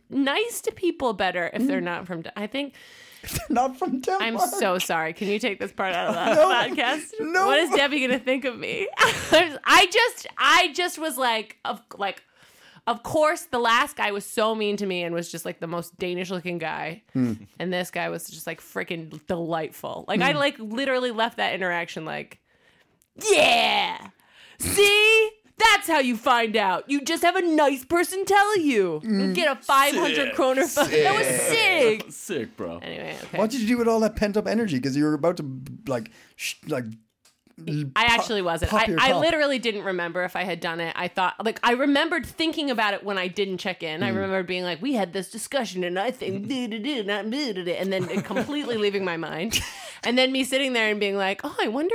[SPEAKER 1] nice to people better if they're not from I think
[SPEAKER 2] not from Denmark.
[SPEAKER 1] I'm so sorry. Can you take this part out of the podcast?
[SPEAKER 2] No.
[SPEAKER 1] What is Debbie going to think of me? I just I just was like of like of course the last guy was so mean to me and was just like the most Danish looking guy. And this guy was just like freaking delightful. Like I like literally left that interaction like yeah. See? That's how you find out. You just have a nice person tell you. You get a 500 kroner phone. That was sick.
[SPEAKER 3] Sick, bro.
[SPEAKER 1] Anyway, okay.
[SPEAKER 2] What did you do with all that pent up energy? Because you were about to like, sh- like.
[SPEAKER 1] I actually wasn't.
[SPEAKER 2] pop
[SPEAKER 1] I,
[SPEAKER 2] your
[SPEAKER 1] I
[SPEAKER 2] top.
[SPEAKER 1] literally didn't remember if I had done it. I thought, like, I remembered thinking about it when I didn't check in. I
[SPEAKER 2] Mm.
[SPEAKER 1] remember being like, we had this discussion and I think, do, do, do, not do, do, do, and then it completely leaving my mind. And then me sitting there and being like, oh, I wonder.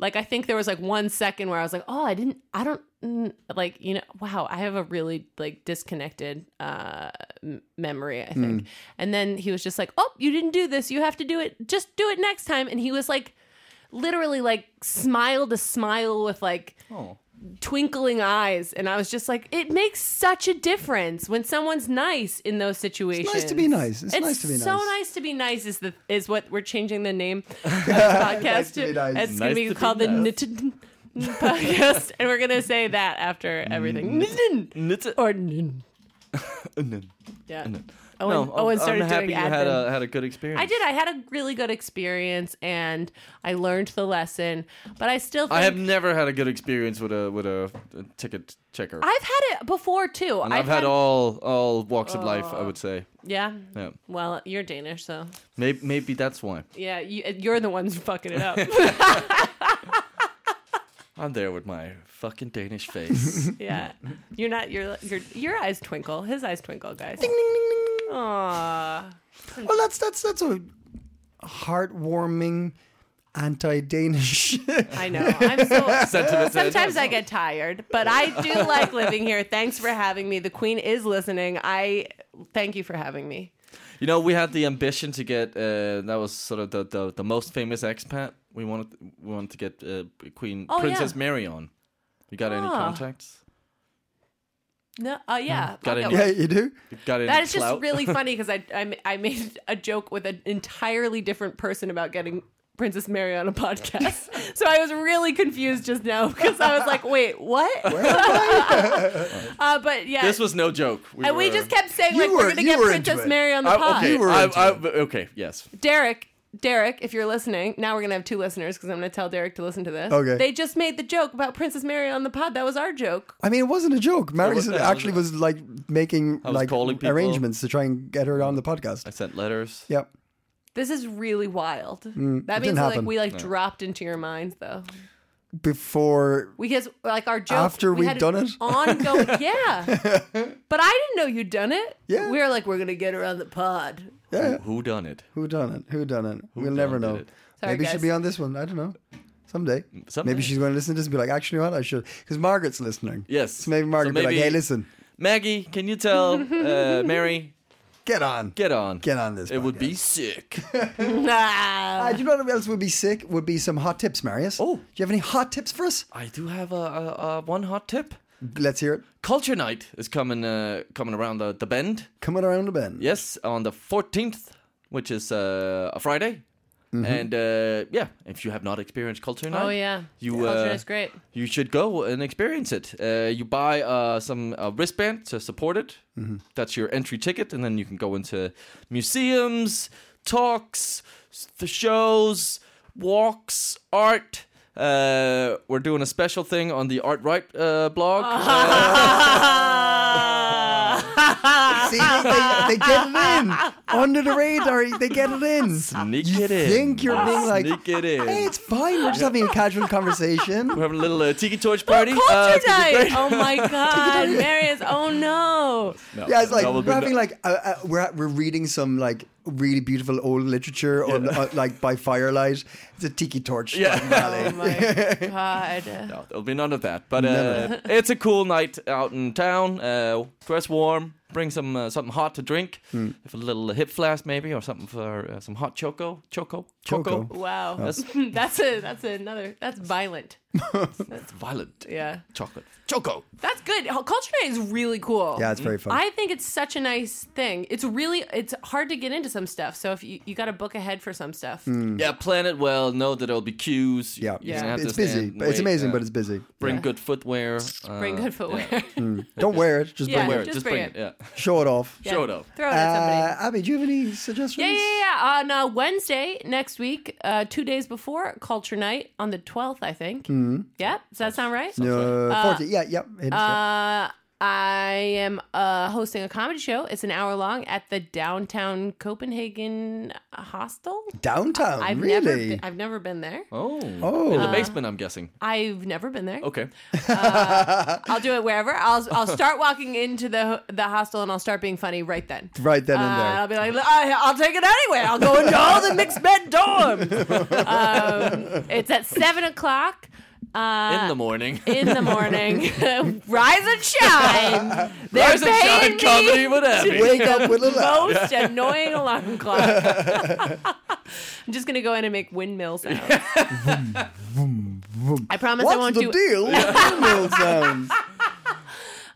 [SPEAKER 1] Like, I think there was like one second where I was like, oh, I didn't, I don't, mm, like, you know, wow, I have a really like disconnected uh, m- memory, I
[SPEAKER 2] Mm.
[SPEAKER 1] think. And then he was just like, oh, you didn't do this. You have to do it. Just do it next time. And he was like, literally like smile to smile with like
[SPEAKER 2] Oh.
[SPEAKER 1] twinkling eyes and i was just like it makes such a difference when someone's nice in those situations
[SPEAKER 2] nice to be nice. It's nice to be
[SPEAKER 1] so
[SPEAKER 2] nice.
[SPEAKER 1] nice to be nice is the is what we're changing the name of the podcast
[SPEAKER 2] Nice to be nice.
[SPEAKER 1] it's
[SPEAKER 3] Nice
[SPEAKER 1] gonna be
[SPEAKER 3] to be
[SPEAKER 1] called
[SPEAKER 3] nice.
[SPEAKER 1] the podcast, and we're gonna say that after everything.
[SPEAKER 3] Nitsa-
[SPEAKER 1] or nin. Yeah. Owen,
[SPEAKER 3] No, I'm-
[SPEAKER 1] Owen started
[SPEAKER 3] I'm happy
[SPEAKER 1] doing
[SPEAKER 3] you had
[SPEAKER 1] admin.
[SPEAKER 3] a, had a good experience.
[SPEAKER 1] I did. I had a really good experience, and I learned the lesson. But I still, think
[SPEAKER 3] I have never had a good experience with a with a, a ticket checker.
[SPEAKER 1] I've had it before too.
[SPEAKER 3] and I've, had, all all walks of life. I would say.
[SPEAKER 1] Yeah.
[SPEAKER 3] Yeah.
[SPEAKER 1] Well, you're Danish, so
[SPEAKER 3] Maybe, maybe that's why
[SPEAKER 1] yeah, you, you're the ones fucking it up.
[SPEAKER 3] I'm there with my fucking Danish face.
[SPEAKER 1] yeah, you're not. Your your your eyes twinkle. His eyes twinkle, guys. Aww.
[SPEAKER 2] Well, that's that's that's a heartwarming anti-Danish.
[SPEAKER 1] I know. I'm so.
[SPEAKER 3] Sentiment.
[SPEAKER 1] Sometimes I get tired, but I do like living here. Thanks for having me. The Queen is listening. I thank you for having me.
[SPEAKER 3] You know, we had the ambition to get uh, that was sort of the, the the most famous expat. We wanted we wanted to get uh, Queen
[SPEAKER 1] Oh,
[SPEAKER 3] Princess
[SPEAKER 1] yeah.
[SPEAKER 3] Mary on. You got any
[SPEAKER 1] Ah.
[SPEAKER 3] contacts?
[SPEAKER 1] No, oh yeah.
[SPEAKER 3] Got
[SPEAKER 1] Fuck
[SPEAKER 3] any-
[SPEAKER 1] it.
[SPEAKER 2] yeah, you do.
[SPEAKER 3] You got any
[SPEAKER 1] That is just
[SPEAKER 3] clout?
[SPEAKER 1] really funny because I, I ma- I made a joke with an entirely different person about getting Princess Mary on a podcast. so I was really confused just now because I was like, wait, what? uh, but yeah,
[SPEAKER 3] This was no joke. We
[SPEAKER 1] and we
[SPEAKER 3] were-
[SPEAKER 1] just kept saying
[SPEAKER 2] You
[SPEAKER 1] like
[SPEAKER 2] were-
[SPEAKER 1] we're gonna
[SPEAKER 2] you
[SPEAKER 1] get
[SPEAKER 2] were into
[SPEAKER 1] Princess
[SPEAKER 2] it. Uh,
[SPEAKER 1] Mary on the
[SPEAKER 3] I-
[SPEAKER 1] pod.
[SPEAKER 3] okay,
[SPEAKER 2] You were
[SPEAKER 3] I-
[SPEAKER 2] into
[SPEAKER 3] I-
[SPEAKER 2] it.
[SPEAKER 3] okay, yes.
[SPEAKER 1] Derek, Derek, if you're listening, now we're gonna have two listeners because I'm gonna tell Derek to listen to this.
[SPEAKER 2] Okay.
[SPEAKER 1] They just made the joke about Princess Mary on the pod. That was our joke.
[SPEAKER 2] I mean, it wasn't a joke. Mary
[SPEAKER 3] was- yeah, it
[SPEAKER 2] actually was like making
[SPEAKER 3] was
[SPEAKER 2] like
[SPEAKER 3] calling people.
[SPEAKER 2] arrangements to try and get her on the
[SPEAKER 3] I
[SPEAKER 2] podcast.
[SPEAKER 3] sent letters.
[SPEAKER 2] Yeah.
[SPEAKER 1] This is really wild. that
[SPEAKER 2] Mm, it
[SPEAKER 1] means
[SPEAKER 2] didn't
[SPEAKER 1] like
[SPEAKER 2] happen.
[SPEAKER 1] we like dropped into your minds though.
[SPEAKER 2] Before
[SPEAKER 1] Because like our joke
[SPEAKER 2] After
[SPEAKER 1] we
[SPEAKER 2] we'd
[SPEAKER 1] had
[SPEAKER 2] done
[SPEAKER 1] an
[SPEAKER 2] it?
[SPEAKER 1] ongoing. Yeah, but I didn't know you'd done it.
[SPEAKER 2] Yeah.
[SPEAKER 1] we were like, we're gonna get her on the pod.
[SPEAKER 3] Who, who done it?
[SPEAKER 2] who done it? Who done it? we'll never
[SPEAKER 3] done
[SPEAKER 2] know.
[SPEAKER 3] it?
[SPEAKER 1] Sorry,
[SPEAKER 2] Maybe she'll
[SPEAKER 1] guys.
[SPEAKER 2] be on this one. I don't know. Someday.
[SPEAKER 3] someday.
[SPEAKER 2] Maybe she's going to listen to this and be like, actually, you know what? I should. Because Margaret's listening.
[SPEAKER 3] Yes.
[SPEAKER 2] So maybe
[SPEAKER 3] So
[SPEAKER 2] Margaret will be
[SPEAKER 3] maybe-
[SPEAKER 2] like, hey, listen,
[SPEAKER 3] Maggie, can you tell uh, Mary
[SPEAKER 2] get on.
[SPEAKER 3] get on?
[SPEAKER 2] Get on this.
[SPEAKER 3] It would be
[SPEAKER 2] podcast.
[SPEAKER 3] sick.
[SPEAKER 2] Uh,
[SPEAKER 1] Nah.
[SPEAKER 2] do you know what else would be sick? Would be some hot tips, Marius.
[SPEAKER 3] Oh.
[SPEAKER 2] Do you have any hot tips for us?
[SPEAKER 3] I do have a, a, a one hot tip.
[SPEAKER 2] Let's hear it.
[SPEAKER 3] Culture Night is coming uh, coming around the, the bend.
[SPEAKER 2] Coming around the bend.
[SPEAKER 3] Yes, on the 14th, which is uh, a Friday.
[SPEAKER 2] Mm-hmm.
[SPEAKER 3] And uh, yeah, if you have not experienced Culture Night,
[SPEAKER 1] Oh, yeah.
[SPEAKER 3] you
[SPEAKER 1] Culture
[SPEAKER 3] uh,
[SPEAKER 1] Night's great.
[SPEAKER 3] You should go and experience it. Uh, you buy uh, some uh, wristband to support it.
[SPEAKER 2] Mm-hmm.
[SPEAKER 3] That's your entry ticket, and then you can go into museums, talks, s- the shows, walks, art. Uh, we're doing a special thing on the Art Right uh, blog.
[SPEAKER 2] See, they, they get it in under the radar. They get it in.
[SPEAKER 3] Sneak
[SPEAKER 2] you
[SPEAKER 3] it in.
[SPEAKER 2] think you're being like,
[SPEAKER 3] Sneak it in.
[SPEAKER 2] hey, it's fine. We're just having a casual
[SPEAKER 3] We're
[SPEAKER 2] conversation.
[SPEAKER 3] having a little uh, tiki torch party.
[SPEAKER 1] Culture
[SPEAKER 3] Uh, it's gonna be
[SPEAKER 1] night.
[SPEAKER 3] great.
[SPEAKER 1] Oh my god, Marius. Oh no.
[SPEAKER 3] No,
[SPEAKER 2] Yeah, it's like
[SPEAKER 3] no, we'll do
[SPEAKER 2] we're having
[SPEAKER 3] no-
[SPEAKER 2] like uh, uh, we're we're reading some like really beautiful old literature on uh, like by firelight. It's a tiki torch.
[SPEAKER 3] Yeah.
[SPEAKER 1] Oh my god.
[SPEAKER 3] No, there'll be none of that. But uh, it's a cool night out in town. Uh, dress warm. Bring some uh, something hot to drink.
[SPEAKER 2] Hmm.
[SPEAKER 3] If a little hip flask maybe, or something for uh, some hot choco, choco, choco.
[SPEAKER 2] Choco.
[SPEAKER 1] Wow. That's that's a that's another that's violent.
[SPEAKER 3] It's violent.
[SPEAKER 1] Yeah.
[SPEAKER 3] Chocolate. Choco.
[SPEAKER 1] That's good. Culture Night is really cool.
[SPEAKER 2] Yeah, it's very fun.
[SPEAKER 1] I think it's such a nice thing. It's really it's hard to get into some stuff. So if you you got to book ahead for some stuff.
[SPEAKER 2] Hmm.
[SPEAKER 3] Yeah, plan it well. Know that there'll be queues.
[SPEAKER 2] yeah,
[SPEAKER 3] You don't have
[SPEAKER 2] It's,
[SPEAKER 3] to
[SPEAKER 2] it's busy,
[SPEAKER 3] stand and
[SPEAKER 2] but it's
[SPEAKER 3] wait.
[SPEAKER 2] amazing,
[SPEAKER 3] Yeah.
[SPEAKER 2] but it's busy.
[SPEAKER 3] Bring good footwear. Uh,
[SPEAKER 1] Bring good footwear.
[SPEAKER 2] Don't wear it. Just
[SPEAKER 1] Yeah.
[SPEAKER 2] bring
[SPEAKER 3] Wear
[SPEAKER 2] it.
[SPEAKER 3] it.
[SPEAKER 1] Just
[SPEAKER 3] Just,
[SPEAKER 1] bring
[SPEAKER 3] bring
[SPEAKER 1] it.
[SPEAKER 3] it. Yeah.
[SPEAKER 2] Show it off.
[SPEAKER 1] Yeah.
[SPEAKER 3] Show it up.
[SPEAKER 1] Throw it
[SPEAKER 2] Uh,
[SPEAKER 1] at somebody.
[SPEAKER 2] Abby, do you have any suggestions?
[SPEAKER 1] Yeah, yeah, yeah. On uh, Wednesday next week, uh, two days before Culture Night on the 12th, I think. Mm-hmm. Yeah, does that sound right?
[SPEAKER 2] No, 40. Yeah, yeah. it is, yeah.
[SPEAKER 1] Uh, I am uh, hosting a comedy show. It's an hour long at the downtown Copenhagen hostel.
[SPEAKER 2] Downtown,
[SPEAKER 1] I've
[SPEAKER 2] really?
[SPEAKER 1] never, been, I've never been there.
[SPEAKER 3] Oh.
[SPEAKER 2] Oh.
[SPEAKER 3] In the basement, I'm guessing.
[SPEAKER 1] I've never been there.
[SPEAKER 3] Okay.
[SPEAKER 1] I'll do it wherever. I'll I'll start walking into the the hostel and I'll start being funny right then.
[SPEAKER 2] right then
[SPEAKER 1] Uh,
[SPEAKER 2] and there.
[SPEAKER 1] I'll be like, I, I'll take it anyway. I'll go into all the mixed bed dorms. Um, it's at seven o'clock. Uh,
[SPEAKER 3] In the morning.
[SPEAKER 1] in the morning, rise and shine. They're
[SPEAKER 3] Rise and
[SPEAKER 1] paying
[SPEAKER 3] shine
[SPEAKER 1] me
[SPEAKER 3] comedy with Abby.
[SPEAKER 2] Wake up with a laugh.
[SPEAKER 1] most annoying alarm clock. I'm just gonna go in and make windmill sounds. I promise I won't
[SPEAKER 2] What's the
[SPEAKER 1] do.
[SPEAKER 2] deal um, with windmill sounds?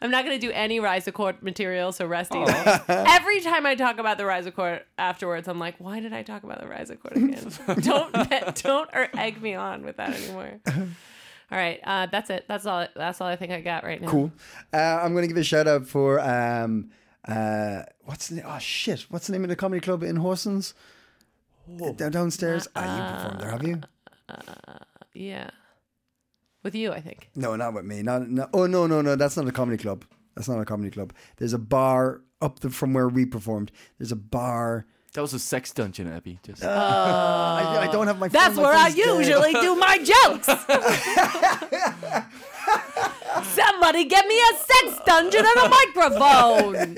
[SPEAKER 1] I'm not gonna do any Rizacord material, so rest
[SPEAKER 2] Oh.
[SPEAKER 1] easy. Every time I talk about the Rizacord afterwards, I'm like, why did I er, talk about the Rizacord again? don't don't or egg me on with that anymore. All right, uh, that's it. That's all. That's all I think I got right now.
[SPEAKER 2] Cool. Uh, I'm going to give a shout out for um, uh, what's the oh shit? What's the name of the comedy club in Horsens? Down downstairs.
[SPEAKER 1] Uh,
[SPEAKER 2] ah, you performed there, have you?
[SPEAKER 1] Yeah, with you, I think.
[SPEAKER 2] No, not with me. Not, no. Oh no, no, no. That's not a comedy club. That's not a comedy club. There's a bar up the, from where we performed. There's a bar.
[SPEAKER 3] That was a sex dungeon, Abby. Just
[SPEAKER 2] Uh, I, I don't have my. phone,
[SPEAKER 1] That's
[SPEAKER 2] Oh my
[SPEAKER 1] where I
[SPEAKER 2] phone's dead.
[SPEAKER 1] usually do my jokes. Somebody get me a sex dungeon and a microphone.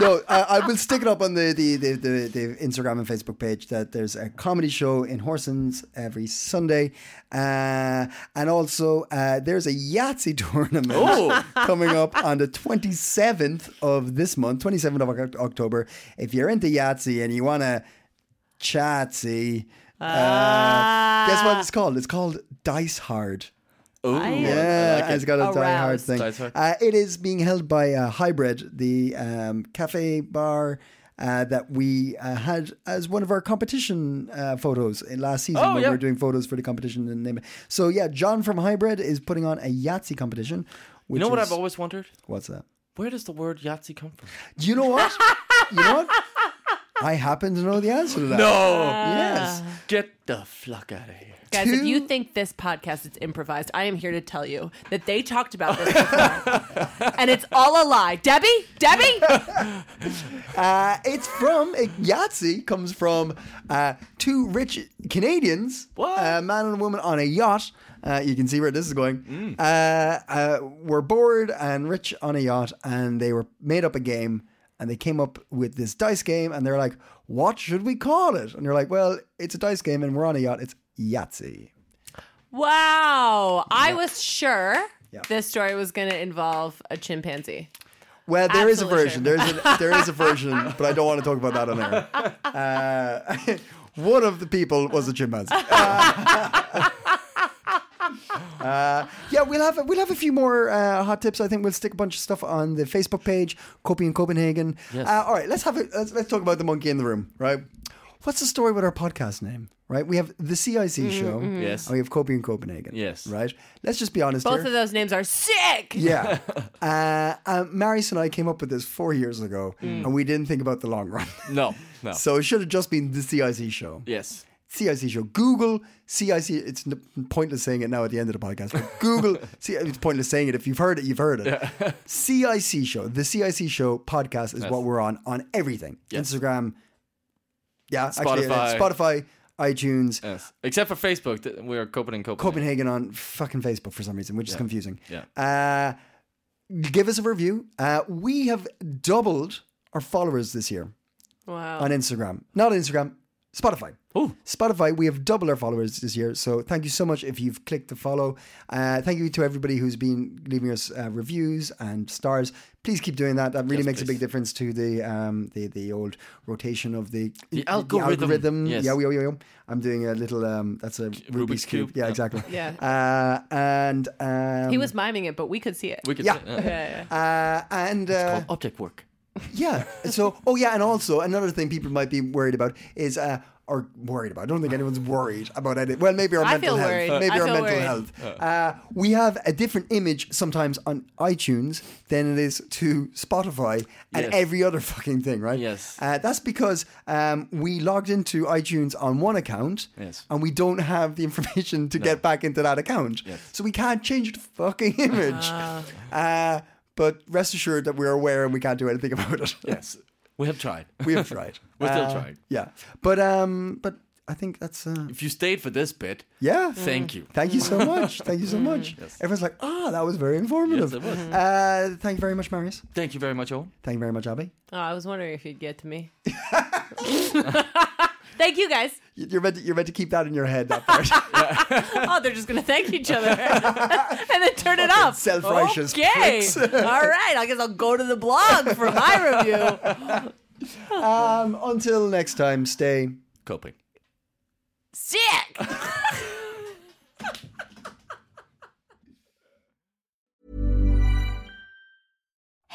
[SPEAKER 2] no, I, I will stick it up on the the, the, the the Instagram and Facebook page that there's a comedy show in Horsens every Sunday, uh, and also uh, there's a Yahtzee tournament coming up on the 27th of this month, 27th of Oc- October. If you're into Yahtzee and you wanna chatsy, uh, guess what it's called? It's called Dice Hard.
[SPEAKER 3] oh,
[SPEAKER 2] Yeah, it's got a die hard
[SPEAKER 1] Aroused.
[SPEAKER 2] thing.
[SPEAKER 3] Die Hard.
[SPEAKER 2] Uh, it is being held by uh, Hybrid, the um, cafe bar. Uh, that we uh, had as one of our competition uh, photos in last season
[SPEAKER 3] Oh,
[SPEAKER 2] when
[SPEAKER 3] yeah.
[SPEAKER 2] we were doing photos for the competition and name. it. So yeah, John from Hybrid is putting on a Yahtzee competition. Which
[SPEAKER 3] You know what
[SPEAKER 2] is-
[SPEAKER 3] I've always wondered?
[SPEAKER 2] What's that?
[SPEAKER 3] Where does the word Yahtzee come from?
[SPEAKER 2] Do you know what? you know what? I happen to know the answer to that.
[SPEAKER 3] No!
[SPEAKER 2] Yes.
[SPEAKER 3] Get the fuck out of here.
[SPEAKER 1] Guys, if you think this podcast is improvised, I am here to tell you that they talked about this before. and it's all a lie. Debbie? Debbie?
[SPEAKER 2] Uh, it's from uh, Yahtzee comes from uh, two rich Canadians,
[SPEAKER 3] What?
[SPEAKER 2] a man and a woman on a yacht. Uh, you can see where this is going. Uh, uh, were bored and rich on a yacht, and they were made up a game, and they came up with this dice game, and they're like, "What should we call it?" And they're like, "Well, it's a dice game, and we're on a yacht. It's Yahtzee."
[SPEAKER 1] Wow. I was sure
[SPEAKER 2] Yeah.
[SPEAKER 1] this story was going to involve a chimpanzee.
[SPEAKER 2] Well, there is
[SPEAKER 1] Absolutely
[SPEAKER 2] a version. There is a, there is a version, but I don't want to talk about that on air. Uh, one of the people was a chimpanzee. Uh, uh, yeah, we'll have we'll have a few more uh, hot tips. I think we'll stick a bunch of stuff on the Facebook page, Copy in Copenhagen. Uh, all right, let's have a, let's, let's talk about the monkey in the room, right? What's the story with our podcast name? Right, we have the CIC
[SPEAKER 1] Mm-hmm,
[SPEAKER 2] show.
[SPEAKER 3] Yes.
[SPEAKER 2] and we have Copy in Copenhagen.
[SPEAKER 3] Yes.
[SPEAKER 2] right. Let's just be honest.
[SPEAKER 1] Both
[SPEAKER 2] here.
[SPEAKER 1] of those names are sick.
[SPEAKER 2] Yeah. Uh, um, Marius and I came up with this four years ago, and we didn't think about the long run.
[SPEAKER 3] No, no.
[SPEAKER 2] so it should have just been the CIC show.
[SPEAKER 3] yes.
[SPEAKER 2] CIC show. Google CIC. It's n- pointless saying it now at the end of the podcast. But Google. C- it's pointless saying it. If you've heard it, you've heard it. CIC show. The CIC show podcast is what we're on on everything. Instagram. Yeah. Actually, uh,
[SPEAKER 3] Spotify.
[SPEAKER 2] Spotify. iTunes.
[SPEAKER 3] Yes. Except for Facebook, th- we're Copenhagen, Copenhagen.
[SPEAKER 2] Copenhagen on fucking Facebook for some reason, which is confusing.
[SPEAKER 3] Yeah.
[SPEAKER 2] Uh, give us a review. Uh, we have doubled our followers this year
[SPEAKER 1] Wow.
[SPEAKER 2] on Instagram. Not on Instagram, Spotify. Spotify, we have doubled our followers this year. So thank you so much if you've clicked to follow. Uh, thank you to everybody who's been leaving us uh, reviews and stars. Please keep doing that. That really makes a big difference to the um, the the old rotation of the,
[SPEAKER 3] algorithm. Yes.
[SPEAKER 2] Yeah, yo, yo, yo. I'm doing a little. Um, that's a Rubik's, cube.
[SPEAKER 3] Cube.
[SPEAKER 2] Yeah, exactly.
[SPEAKER 1] Yeah.
[SPEAKER 2] Uh, and um,
[SPEAKER 1] he was miming it, but we could see it.
[SPEAKER 3] We could
[SPEAKER 2] Yeah.
[SPEAKER 3] say- yeah.
[SPEAKER 2] Uh, and uh,
[SPEAKER 3] Object work.
[SPEAKER 2] yeah. So, oh yeah, and also another thing people might be worried about is, uh, or worried about. I don't think anyone's worried about it. Well, maybe our
[SPEAKER 1] I
[SPEAKER 2] mental
[SPEAKER 1] feel
[SPEAKER 2] health.
[SPEAKER 1] worried.
[SPEAKER 2] Maybe
[SPEAKER 1] I
[SPEAKER 2] our
[SPEAKER 1] feel
[SPEAKER 2] mental
[SPEAKER 1] worried.
[SPEAKER 2] health. Uh, we have a different image sometimes on iTunes than it is to Spotify and
[SPEAKER 3] Yes.
[SPEAKER 2] every other fucking thing, right?
[SPEAKER 3] Yes.
[SPEAKER 2] Uh, that's because um, we logged into iTunes on one account,
[SPEAKER 3] Yes.
[SPEAKER 2] and we don't have the information to get back into that account, so we can't change the fucking image. Uh, but rest assured that we're aware and we can't do anything about it.
[SPEAKER 3] Yes. We have tried.
[SPEAKER 2] we have tried.
[SPEAKER 3] We're still
[SPEAKER 2] Uh,
[SPEAKER 3] trying.
[SPEAKER 2] Yeah, but um, but I think that's uh,
[SPEAKER 3] If you stayed for this bit,
[SPEAKER 2] yeah.
[SPEAKER 3] thank you.
[SPEAKER 2] Thank you so much. Thank you so much. Everyone's like, ah, that was very informative.
[SPEAKER 3] Yes, it was.
[SPEAKER 2] Uh, thank you very much, Marius.
[SPEAKER 3] Thank you very much, Owen.
[SPEAKER 2] Thank you very much, Abby.
[SPEAKER 1] Oh, I was wondering if you'd get to me. Thank you guys.
[SPEAKER 2] You- You're meant to, you're meant to keep that in your head. That part.
[SPEAKER 1] Oh, they're just gonna thank each other and then turn it off.
[SPEAKER 2] self-righteous
[SPEAKER 1] Okay.
[SPEAKER 2] pricks.
[SPEAKER 1] All right. I guess I'll go to the blog for my review.
[SPEAKER 2] um, until next time, stay.
[SPEAKER 3] Coping.
[SPEAKER 1] Sick.